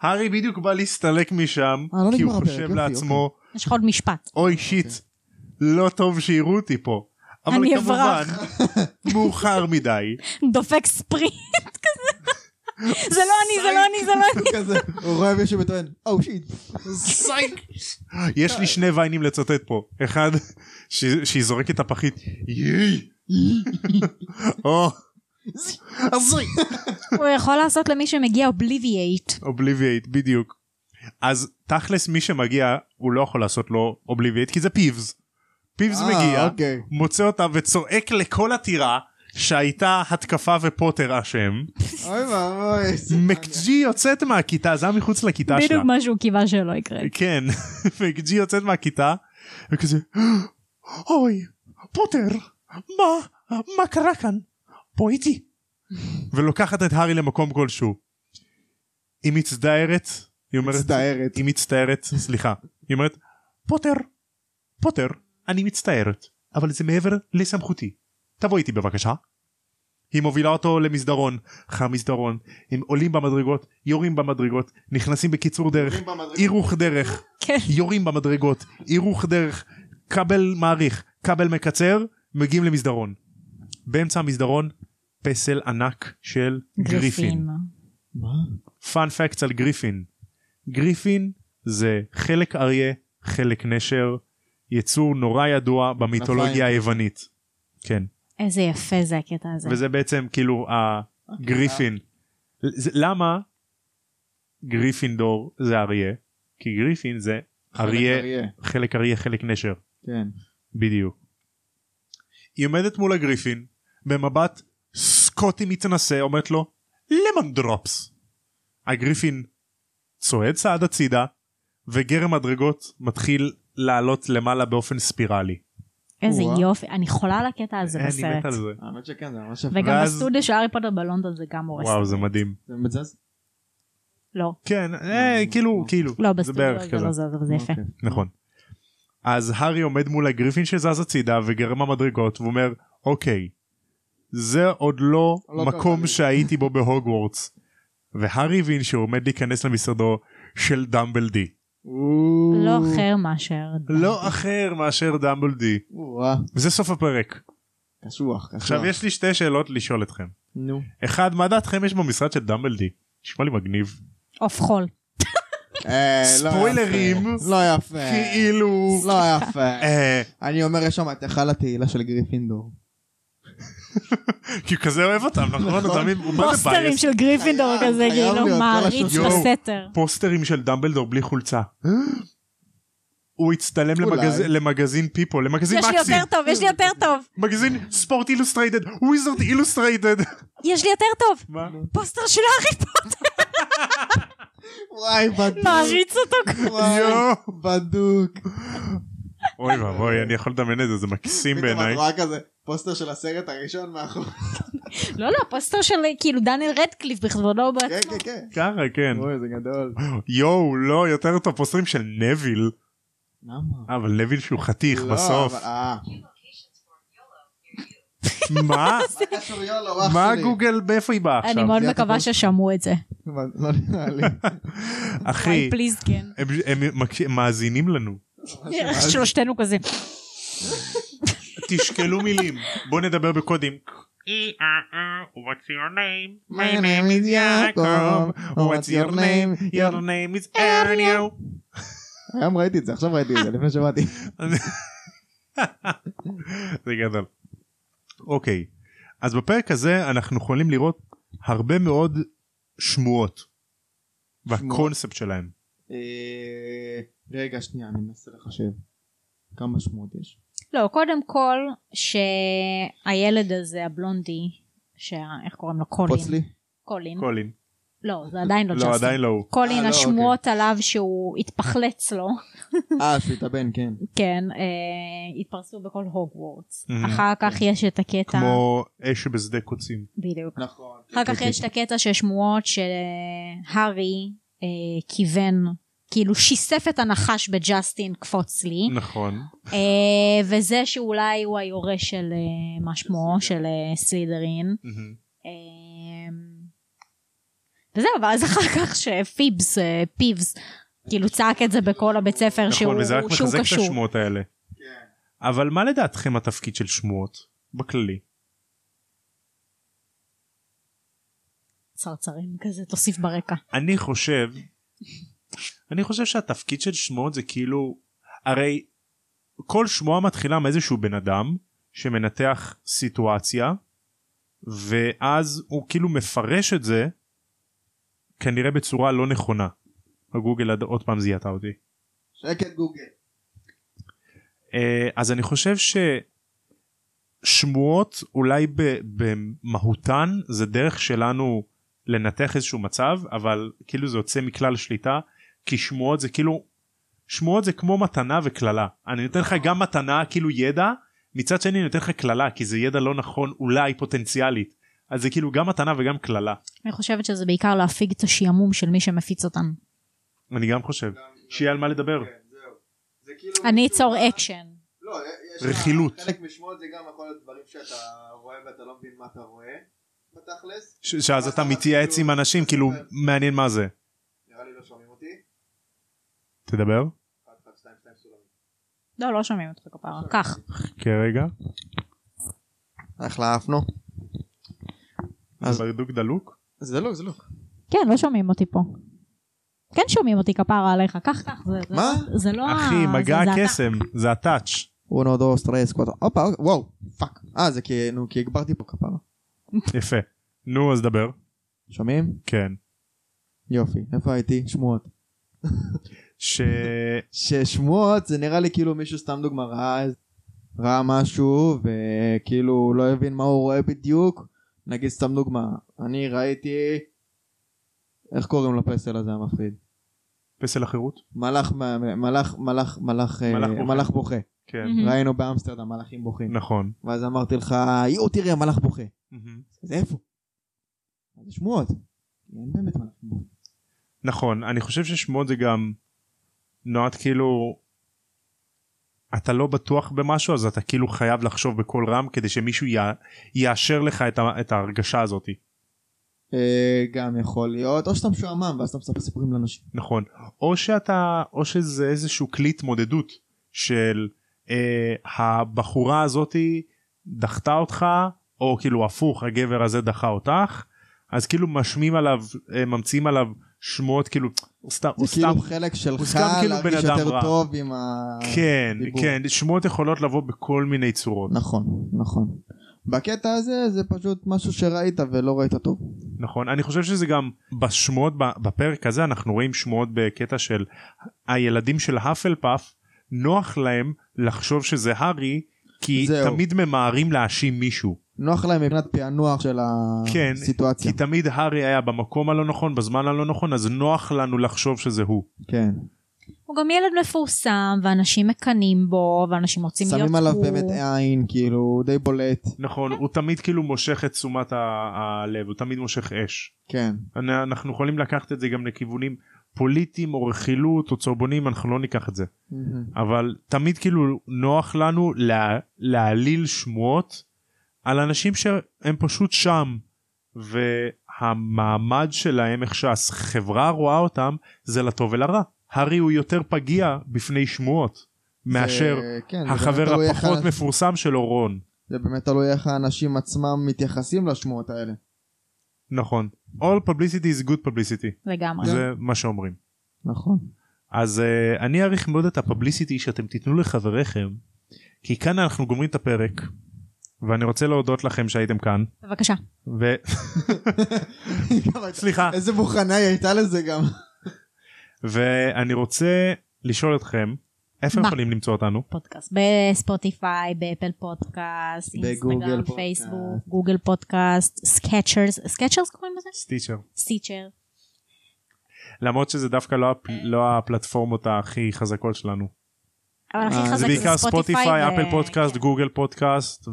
[SPEAKER 1] הארי בדיוק בא להסתלק משם
[SPEAKER 2] אה, לא
[SPEAKER 1] כי הוא
[SPEAKER 2] נגמר הפרק,
[SPEAKER 1] חושב
[SPEAKER 2] יופי, אוקיי.
[SPEAKER 1] לעצמו
[SPEAKER 3] יש לך עוד משפט.
[SPEAKER 1] אוי שיט לא טוב שיראו אותי פה. אבל
[SPEAKER 3] אני
[SPEAKER 1] כמובן
[SPEAKER 3] אברח.
[SPEAKER 1] מאוחר מדי.
[SPEAKER 3] דופק ספרינט (laughs) כזה. זה לא אני, זה לא אני, זה לא אני.
[SPEAKER 2] כזה, הוא רואה מישהו וטוען, "Oh, או שיט.
[SPEAKER 1] יש לי שני ויינים לצטט פה אחד ש- שהיא זורקת את הפחית יאי. או
[SPEAKER 2] הזוי.
[SPEAKER 3] הוא יכול לעשות למי שמגיע אובליבייט.
[SPEAKER 1] אובליבייט בדיוק. אז תכלס מי שמגיע הוא לא יכול לעשות לו אובליבייט כי זה פיבס. פיבס מגיע
[SPEAKER 2] אוקיי.
[SPEAKER 1] מוצא אותה וצועק לכל הטירה שהייתה התקפה ופוטר אשם.
[SPEAKER 2] אוי ואבוי. איזה-
[SPEAKER 1] מקג'י יוצאת מהכיתה, זה היה מחוץ לכיתה שלה.
[SPEAKER 3] בדיוק מה שהוא קיווה שלא יקרה.
[SPEAKER 1] כן, (laughs) מקג'י יוצאת מהכיתה, וכזה, "אה, אוי, פוטר, מה, מה קרה כאן? בוא איתי. ולוקחת את הארי למקום כלשהו. היא מצטערת, היא אומרת,
[SPEAKER 2] מצטערת.
[SPEAKER 1] היא מצטערת, סליחה. היא אומרת, פוטר, פוטר, אני מצטערת, אבל זה מעבר לסמכותי. תבוא איתי בבקשה. היא מובילה אותו למסדרון, אחר מסדרון, הם עולים במדרגות, יורים במדרגות, נכנסים בקיצור דרך,
[SPEAKER 2] יורים במדרגות.
[SPEAKER 1] הירוך דרך,
[SPEAKER 3] כן.
[SPEAKER 1] יורים במדרגות, הירוך דרך, כבל מעריך, כבל מקצר, מגיעים למסדרון. באמצע המסדרון, פסל ענק של גריפין.
[SPEAKER 2] מה?
[SPEAKER 1] פאנ פקטס על גריפין. גריפין זה חלק אריה, חלק נשר, יצור נורא ידוע
[SPEAKER 2] כנפיים.
[SPEAKER 1] במיתולוגיה היוונית. כן,
[SPEAKER 3] איזה יפה זה הקטע הזה.
[SPEAKER 1] וזה בעצם כאילו הגריפין. זה- למה גריפינדור זה אריה? כי גריפין זה אריה, חלק אריה, חלק נשר.
[SPEAKER 2] כן.
[SPEAKER 1] בדיוק. היא עומדת מול הגריפין במבט סקוטי מתנשא אומרת לו למון דרופס. הגריפין צועד צעד הצידה וגרם מדרגות מתחיל לעלות למעלה באופן ספירלי.
[SPEAKER 3] איזה
[SPEAKER 2] וואו.
[SPEAKER 3] יופי, אני חולה על הקטע הזה
[SPEAKER 1] אה, אני מת על
[SPEAKER 3] בסרט.
[SPEAKER 1] זה.
[SPEAKER 2] האמת שכן, זה ממש יפה.
[SPEAKER 3] וגם
[SPEAKER 1] ואז-
[SPEAKER 3] הסטודיו של הארי פוטר בלונדון זה גם הורס.
[SPEAKER 1] וואו זה מדהים.
[SPEAKER 2] זה מזז?
[SPEAKER 3] לא,
[SPEAKER 1] כן אה,
[SPEAKER 2] אה,
[SPEAKER 1] כאילו כאילו
[SPEAKER 3] לא
[SPEAKER 1] זה
[SPEAKER 3] בסטודיו,
[SPEAKER 1] בערך
[SPEAKER 3] זה
[SPEAKER 1] כזה.
[SPEAKER 3] לא זה, אבל זה יפה.
[SPEAKER 2] אוקיי.
[SPEAKER 1] נכון. אז הארי עומד מול הגריפין שזז הצידה וגרם המדרגות והוא אומר אוקיי זה עוד לא
[SPEAKER 2] לא קרה
[SPEAKER 1] מקום
[SPEAKER 2] לי."
[SPEAKER 1] שהייתי בו בהוגוורטס. והארי הבין שהוא עומד להיכנס למשרדו של דמבלדי.
[SPEAKER 2] אוקיי.
[SPEAKER 3] לא אחר מאשר...
[SPEAKER 1] אוקיי. לא אחר מאשר דמבלדי.
[SPEAKER 2] וואה,
[SPEAKER 1] וזה סוף הפרק.
[SPEAKER 2] קשוח, קשוח.
[SPEAKER 1] עכשיו יש לי שתי שאלות לשאול אתכם.
[SPEAKER 2] נו.
[SPEAKER 1] אחד מה דעתכם יש במשרד של דמבלדי? נשמע לי מגניב.
[SPEAKER 3] עוף חול.
[SPEAKER 2] (laughs) אה, לא
[SPEAKER 1] ספוילרים.
[SPEAKER 2] יפה. לא יפה.
[SPEAKER 1] כאילו.
[SPEAKER 2] לא יפה.
[SPEAKER 1] אה,
[SPEAKER 2] אני אומר, יש שם את היכל התהילה של גריפינדור.
[SPEAKER 1] כי הוא כזה אוהב אותם נכון? הוא תמיד- הוא מה זה
[SPEAKER 3] פוסטרים
[SPEAKER 1] biased?
[SPEAKER 3] של גריפינדור
[SPEAKER 2] חייב,
[SPEAKER 3] כזה,
[SPEAKER 2] חייב
[SPEAKER 3] כאילו
[SPEAKER 2] להיות,
[SPEAKER 3] מעריץ
[SPEAKER 2] כל
[SPEAKER 1] השלושה.
[SPEAKER 3] בסתר.
[SPEAKER 1] פוסטרים של דמבלדור בלי
[SPEAKER 2] (gasps)
[SPEAKER 1] חולצה. הוא הצטלם
[SPEAKER 2] אולי.
[SPEAKER 1] למגז... למגזין פיפו, למגזין
[SPEAKER 3] יש לי
[SPEAKER 1] מקסים,
[SPEAKER 3] יותר טוב, יש לי יותר טוב.
[SPEAKER 1] מגזין ספורט אילוסטרייטד, וויזרד אילוסטרייטד.
[SPEAKER 2] (laughs)
[SPEAKER 3] יש לי יותר טוב.
[SPEAKER 1] מה?
[SPEAKER 3] פוסטר של הארי פוטר.
[SPEAKER 2] וואי,
[SPEAKER 3] לא,
[SPEAKER 2] בדוק.
[SPEAKER 3] מעריץ אותו.
[SPEAKER 2] וואי,
[SPEAKER 1] יואו.
[SPEAKER 2] בדוק.
[SPEAKER 1] אוי ואבוי, אני יכול לדמיין את זה, זה מקסים
[SPEAKER 2] פתאום
[SPEAKER 1] בעיניי.
[SPEAKER 2] את רואה כזה פוסטר של הסרט הראשון
[SPEAKER 3] (laughs)
[SPEAKER 2] כן, מאחור.
[SPEAKER 3] לא, לא, פוסטר של כאילו דניאל רדקליף בכבודו
[SPEAKER 2] כן,
[SPEAKER 3] בעצמו.
[SPEAKER 2] כן, כן.
[SPEAKER 1] ככה, כן.
[SPEAKER 2] אוי, זה גדול.
[SPEAKER 1] יואו, לא, יותר טוב, פוסטרים של נביל.
[SPEAKER 2] למה?
[SPEAKER 1] אה, אבל נביל שהוא חתיך
[SPEAKER 2] לא,
[SPEAKER 1] בסוף.
[SPEAKER 2] אבל-
[SPEAKER 3] (laughs)
[SPEAKER 2] אה. (laughs)
[SPEAKER 1] מה?
[SPEAKER 2] מה קשור יולו, אח שלי?
[SPEAKER 1] מה גוגל, מאיפה היא באה
[SPEAKER 3] אני
[SPEAKER 1] עכשיו?
[SPEAKER 3] מאוד
[SPEAKER 2] זה
[SPEAKER 3] מקווה
[SPEAKER 2] הפוסט.
[SPEAKER 3] ששמעו את זה.
[SPEAKER 2] אבל לא נראה לי.
[SPEAKER 1] (laughs) אחי,
[SPEAKER 3] פליז
[SPEAKER 2] (laughs)
[SPEAKER 3] כן.
[SPEAKER 1] הם- הם מקש- מאזינים לנו.
[SPEAKER 3] שלושתנו כזה.
[SPEAKER 1] תשקלו מילים. בוא נדבר בקודים. What's your name? My name
[SPEAKER 2] (laughs)
[SPEAKER 1] is יעקב. What's your name? Your name is ארניו.
[SPEAKER 2] היום ראיתי את זה, עכשיו ראיתי את זה, לפני שבאתי.
[SPEAKER 1] זה גדול. אוקיי, אז בפרק הזה אנחנו יכולים לראות הרבה מאוד שמועות. והקונספט שלהם.
[SPEAKER 2] אה, רגע, שנייה, אני מנסה לחשב. כמה שמות יש?
[SPEAKER 3] לא, קודם כל, שהילד הזה, הבלונדי, שה- איך קוראים לו? קולין. (laughs)
[SPEAKER 2] קפוץ לי.
[SPEAKER 3] קולין.
[SPEAKER 1] קולין.
[SPEAKER 3] לא, זה עדיין כן. לא
[SPEAKER 1] לא,
[SPEAKER 3] ג'סטין.
[SPEAKER 1] עדיין לא הוא.
[SPEAKER 2] אה,
[SPEAKER 3] קולין,
[SPEAKER 2] לא,
[SPEAKER 3] השמועות עליו שהוא התפחלץ לו,
[SPEAKER 2] אה, שהוא התאבן, כן.
[SPEAKER 3] כן, אה, התפרסו בכל הוגוורטס.
[SPEAKER 1] Mhm.
[SPEAKER 3] אחר כך יש את הקטע,
[SPEAKER 1] כמו אוקיי. אש בשדה קוצים.
[SPEAKER 3] בדיוק.
[SPEAKER 2] נכון.
[SPEAKER 3] אחר כך יש את הקטע של שמועות שהארי אה, כיוון, כאילו שיסף את הנחש בג'סטין קפוץ לי,
[SPEAKER 1] נכון.
[SPEAKER 3] אה, וזה שאולי הוא היורש של אה, מה שמו, של אה, סלידרין. אמ, וזהו, ואז אחר כך שפיבס, אה, פיבס, כאילו צעק את זה בכל הבית ספר שהוא
[SPEAKER 1] נכון, וזה רק
[SPEAKER 3] שהוא
[SPEAKER 1] מחזק את
[SPEAKER 3] קשור.
[SPEAKER 1] השמועות האלה. אבל מה לדעתכם התפקיד של שמועות? בכללי.
[SPEAKER 3] צרצרים כזה, תוסיף ברקע.
[SPEAKER 1] אני חושב, אני חושב שהתפקיד של שמועות זה כאילו, הרי כל שמועה מתחילה מאיזשהו בן אדם שמנתח סיטואציה, ואז הוא כאילו מפרש את זה כנראה בצורה לא נכונה. הגוגל עד- עוד פעם זיהתה אותי.
[SPEAKER 2] שקט גוגל.
[SPEAKER 1] אה, אז אני חושב ששמועות אולי ב- במהותן זה דרך שלנו לנתח איזשהו מצב אבל כאילו זה יוצא מכלל שליטה כי שמועות זה כאילו שמועות זה כמו מתנה וקללה אני נותן לך גם מתנה כאילו ידע מצד שני אני נותן לך קללה כי זה ידע לא נכון אולי פוטנציאלית אז זה כאילו גם מתנה וגם קללה
[SPEAKER 3] אני חושבת שזה בעיקר להפיג את השעמום של מי שמפיץ אותן.
[SPEAKER 1] אני גם חושב שיהיה על מה לדבר
[SPEAKER 2] כן, כאילו-
[SPEAKER 3] אני אצור אקשן.
[SPEAKER 2] לא,
[SPEAKER 1] רכילות.
[SPEAKER 2] אה, חלק משמועות זה גם יכול להיות דברים שאתה רואה ואתה לא מבין מה אתה רואה. בתכלס.
[SPEAKER 1] ש- שאז אתה מתייעץ עם אנשים כאילו מעניין מה זה
[SPEAKER 2] נראה לי לא שומעים אותי.
[SPEAKER 1] תדבר
[SPEAKER 2] אחד, אחד, שתיים, שתיים, סולמית.
[SPEAKER 3] לא, לא שומעים אותך כפרה. כך.
[SPEAKER 1] כרגע
[SPEAKER 2] אחלה עפנו. אז-
[SPEAKER 1] ברדוק דלוק
[SPEAKER 2] זה לא, זה לא.
[SPEAKER 3] כן, לא שומעים אותי פה. כן שומעים אותי כפרה עליך. כך, כך. זה- זה-
[SPEAKER 2] מה?
[SPEAKER 3] זה לא... ה-
[SPEAKER 1] אחי, מגע
[SPEAKER 3] זה- זה אתה.
[SPEAKER 1] הקסם, זה הטאץ'.
[SPEAKER 2] אונו דו סטרס קוואטו. הופה, וואו, פאק. אה, זה כי, נו, כי הגברתי פה כפרה.
[SPEAKER 1] יפה. נו, אז דבר.
[SPEAKER 2] שומעים?
[SPEAKER 1] כן.
[SPEAKER 2] יופי. איפה הייתי? שמועות.
[SPEAKER 1] ש...
[SPEAKER 2] ששמועות זה נראה לי כאילו מישהו סתם דוגמה ראה איזה ראה משהו וכאילו הוא לא הבין מה הוא רואה בדיוק נגיד סתם דוגמה אני ראיתי איך קוראים לפסל הזה המפחיד
[SPEAKER 1] פסל החירות?
[SPEAKER 2] מלאך מ- מלאך מלאך מלאך אה,
[SPEAKER 1] מלאך בוכה.
[SPEAKER 2] מלאך בוכה
[SPEAKER 1] כן.
[SPEAKER 3] Mhm.
[SPEAKER 2] ראינו באמסטרדם מלאכים בוכים
[SPEAKER 1] נכון.
[SPEAKER 2] ואז אמרתי לך יואו תראה מלאך בוכה אז איפה? אז יש שמועות אין באמת מלאכים בוכים
[SPEAKER 1] נכון, אני חושב ששמות זה גם נועד כאילו... אתה לא בטוח במשהו אז אתה כאילו חייב לחשוב בקול רם כדי שמישהו י... יאשר לך את, ה... את ההרגשה הזאת.
[SPEAKER 2] אה, גם יכול להיות או שאתה משועמם ואז אתה מספר סיפורים לאנשים
[SPEAKER 1] נכון. או שאתה... או שזה איזשהו כלי התמודדות של אה, הבחורה הזאתי דחתה אותך או כאילו הפוך הגבר הזה דחה אותך אז כאילו משמיעים עליו אה, ממציאים עליו שמועות כאילו סתם
[SPEAKER 2] זה
[SPEAKER 1] הוא סתם
[SPEAKER 2] כאילו חלק שלך
[SPEAKER 1] סתם כאילו בן
[SPEAKER 2] להרגיש
[SPEAKER 1] אדם
[SPEAKER 2] יותר
[SPEAKER 1] רע.
[SPEAKER 2] טוב עם ה...
[SPEAKER 1] כן
[SPEAKER 2] אה, דיבור.
[SPEAKER 1] כן שמועות יכולות לבוא בכל מיני צורות
[SPEAKER 2] נכון, נכון. בקטע הזה זה פשוט משהו שראית ולא ראית טוב.
[SPEAKER 1] נכון אני חושב שזה גם בשמועות ב- בפרק הזה אנחנו רואים שמועות בקטע של הילדים של האפלפאף נוח להם לחשוב שזה הארי כי
[SPEAKER 2] זהו.
[SPEAKER 1] תמיד ממהרים להאשים מישהו
[SPEAKER 2] נוח להם מבחינת פענוח של
[SPEAKER 1] כן,
[SPEAKER 2] הסיטואציה.
[SPEAKER 1] כי תמיד הארי היה במקום הלא נכון בזמן הלא נכון אז נוח לנו לחשוב שזה הוא
[SPEAKER 2] כן.
[SPEAKER 3] הוא גם ילד מפורסם, ואנשים מקנאים בו, ואנשים רוצים להיות
[SPEAKER 2] שמים עליו
[SPEAKER 3] הוא.
[SPEAKER 2] באמת עין, כאילו, הוא די בולט.
[SPEAKER 1] נכון הוא תמיד כאילו מושך את תשומת ה- הלב הוא תמיד מושך אש.
[SPEAKER 2] כן.
[SPEAKER 1] אנ- אנחנו יכולים לקחת את זה גם לכיוונים פוליטיים או רכילות או צהובונים אנחנו לא ניקח את זה אבל תמיד כאילו נוח לנו לה, להעליל שמועות על אנשים שהם פשוט שם והמעמד שלהם איך שהחברה רואה אותם זה לטוב ולרע. הארי הוא יותר פגיע בפני שמועות מאשר
[SPEAKER 2] זה- כן, זה באמת
[SPEAKER 1] החבר
[SPEAKER 2] תלוי איך
[SPEAKER 1] הפחות
[SPEAKER 2] האנ-
[SPEAKER 1] מפורסם שלו רון.
[SPEAKER 2] זה באמת תלוי איך האנשים עצמם מתייחסים לשמועות האלה.
[SPEAKER 1] נכון. All publicity is good publicity
[SPEAKER 2] כן.
[SPEAKER 3] לגמרי.
[SPEAKER 1] זה מה שאומרים.
[SPEAKER 2] נכון.
[SPEAKER 1] אז uh, אני אעריך מאוד את הפבליסיטי שאתם תיתנו לחבריכם כי כאן אנחנו גומרים את הפרק ואני רוצה להודות לכם שהייתם כאן
[SPEAKER 3] בבקשה.
[SPEAKER 1] ו... (laughs) סליחה
[SPEAKER 2] איזה מוכנה היא הייתה לזה גם. אה,
[SPEAKER 1] ואני רוצה לשאול אתכם איפה
[SPEAKER 3] מה?
[SPEAKER 1] יכולים למצוא אותנו
[SPEAKER 3] פודקאסט בספוטיפיי, באפל פודקאסט,
[SPEAKER 2] בגוגל
[SPEAKER 3] אינסטגרם,
[SPEAKER 2] פודקאסט.
[SPEAKER 3] פייסבוק, גוגל פודקאסט, סקצ'רס, סקצ'רס קוראים לזה?
[SPEAKER 1] סטיצ'ר
[SPEAKER 3] סטיצ'ר.
[SPEAKER 1] למרות שזה דווקא לא,
[SPEAKER 3] אה.
[SPEAKER 1] הפ... לא הפלטפורמות הכי חזקות שלנו
[SPEAKER 3] אבל הכי
[SPEAKER 2] אה, זה
[SPEAKER 1] זה
[SPEAKER 3] חזק
[SPEAKER 1] בעיקר
[SPEAKER 3] זה
[SPEAKER 1] ספוטיפיי
[SPEAKER 3] ו-
[SPEAKER 1] אפל פודקאסט
[SPEAKER 3] כן.
[SPEAKER 1] גוגל פודקאסט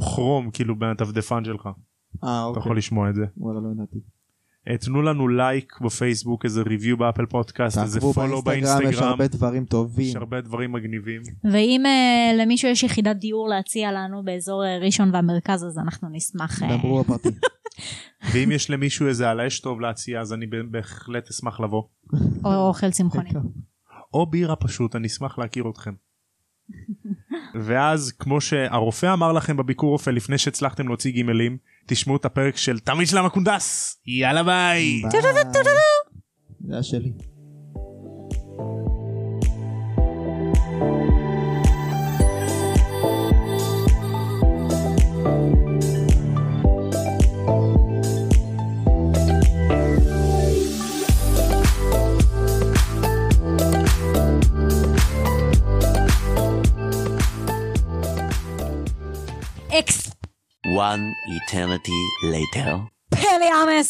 [SPEAKER 1] וכרום כאילו מהדפדפן שלך
[SPEAKER 2] אה,
[SPEAKER 1] אתה
[SPEAKER 2] אוקיי.
[SPEAKER 1] יכול לשמוע את זה.
[SPEAKER 2] וואלה, לא ידעתי.
[SPEAKER 1] אה, תנו לנו לייק בפייסבוק איזה ריוויו באפל פודקאסט איזה
[SPEAKER 2] תעקבו
[SPEAKER 1] פולו
[SPEAKER 2] באינסטגרם, יש
[SPEAKER 1] באינסטגרם
[SPEAKER 2] הרבה דברים טובים.
[SPEAKER 1] יש הרבה דברים מגניבים
[SPEAKER 3] ואם אה, למישהו יש יחידת דיור להציע לנו באזור אה, ראשון והמרכז, אז אנחנו נשמח. אה,
[SPEAKER 2] דברו בפרטי.
[SPEAKER 1] ואם יש למישהו איזה על האש טוב להציע אז אני ב- בהחלט אשמח לבוא
[SPEAKER 3] או אוכל צמחוני.
[SPEAKER 2] (laughs)
[SPEAKER 1] או בירה פשוט אני אשמח להכיר אתכם. ואז כמו שהרופא אמר לכם בביקור רופא לפני שהצלחתם להוציא גימלים תשמעו את הפרק של תמיד של המקונדס יאללה ביי.
[SPEAKER 2] ביי. זה היה שלי.
[SPEAKER 3] אקס
[SPEAKER 4] One eternity later.
[SPEAKER 3] פליאמס!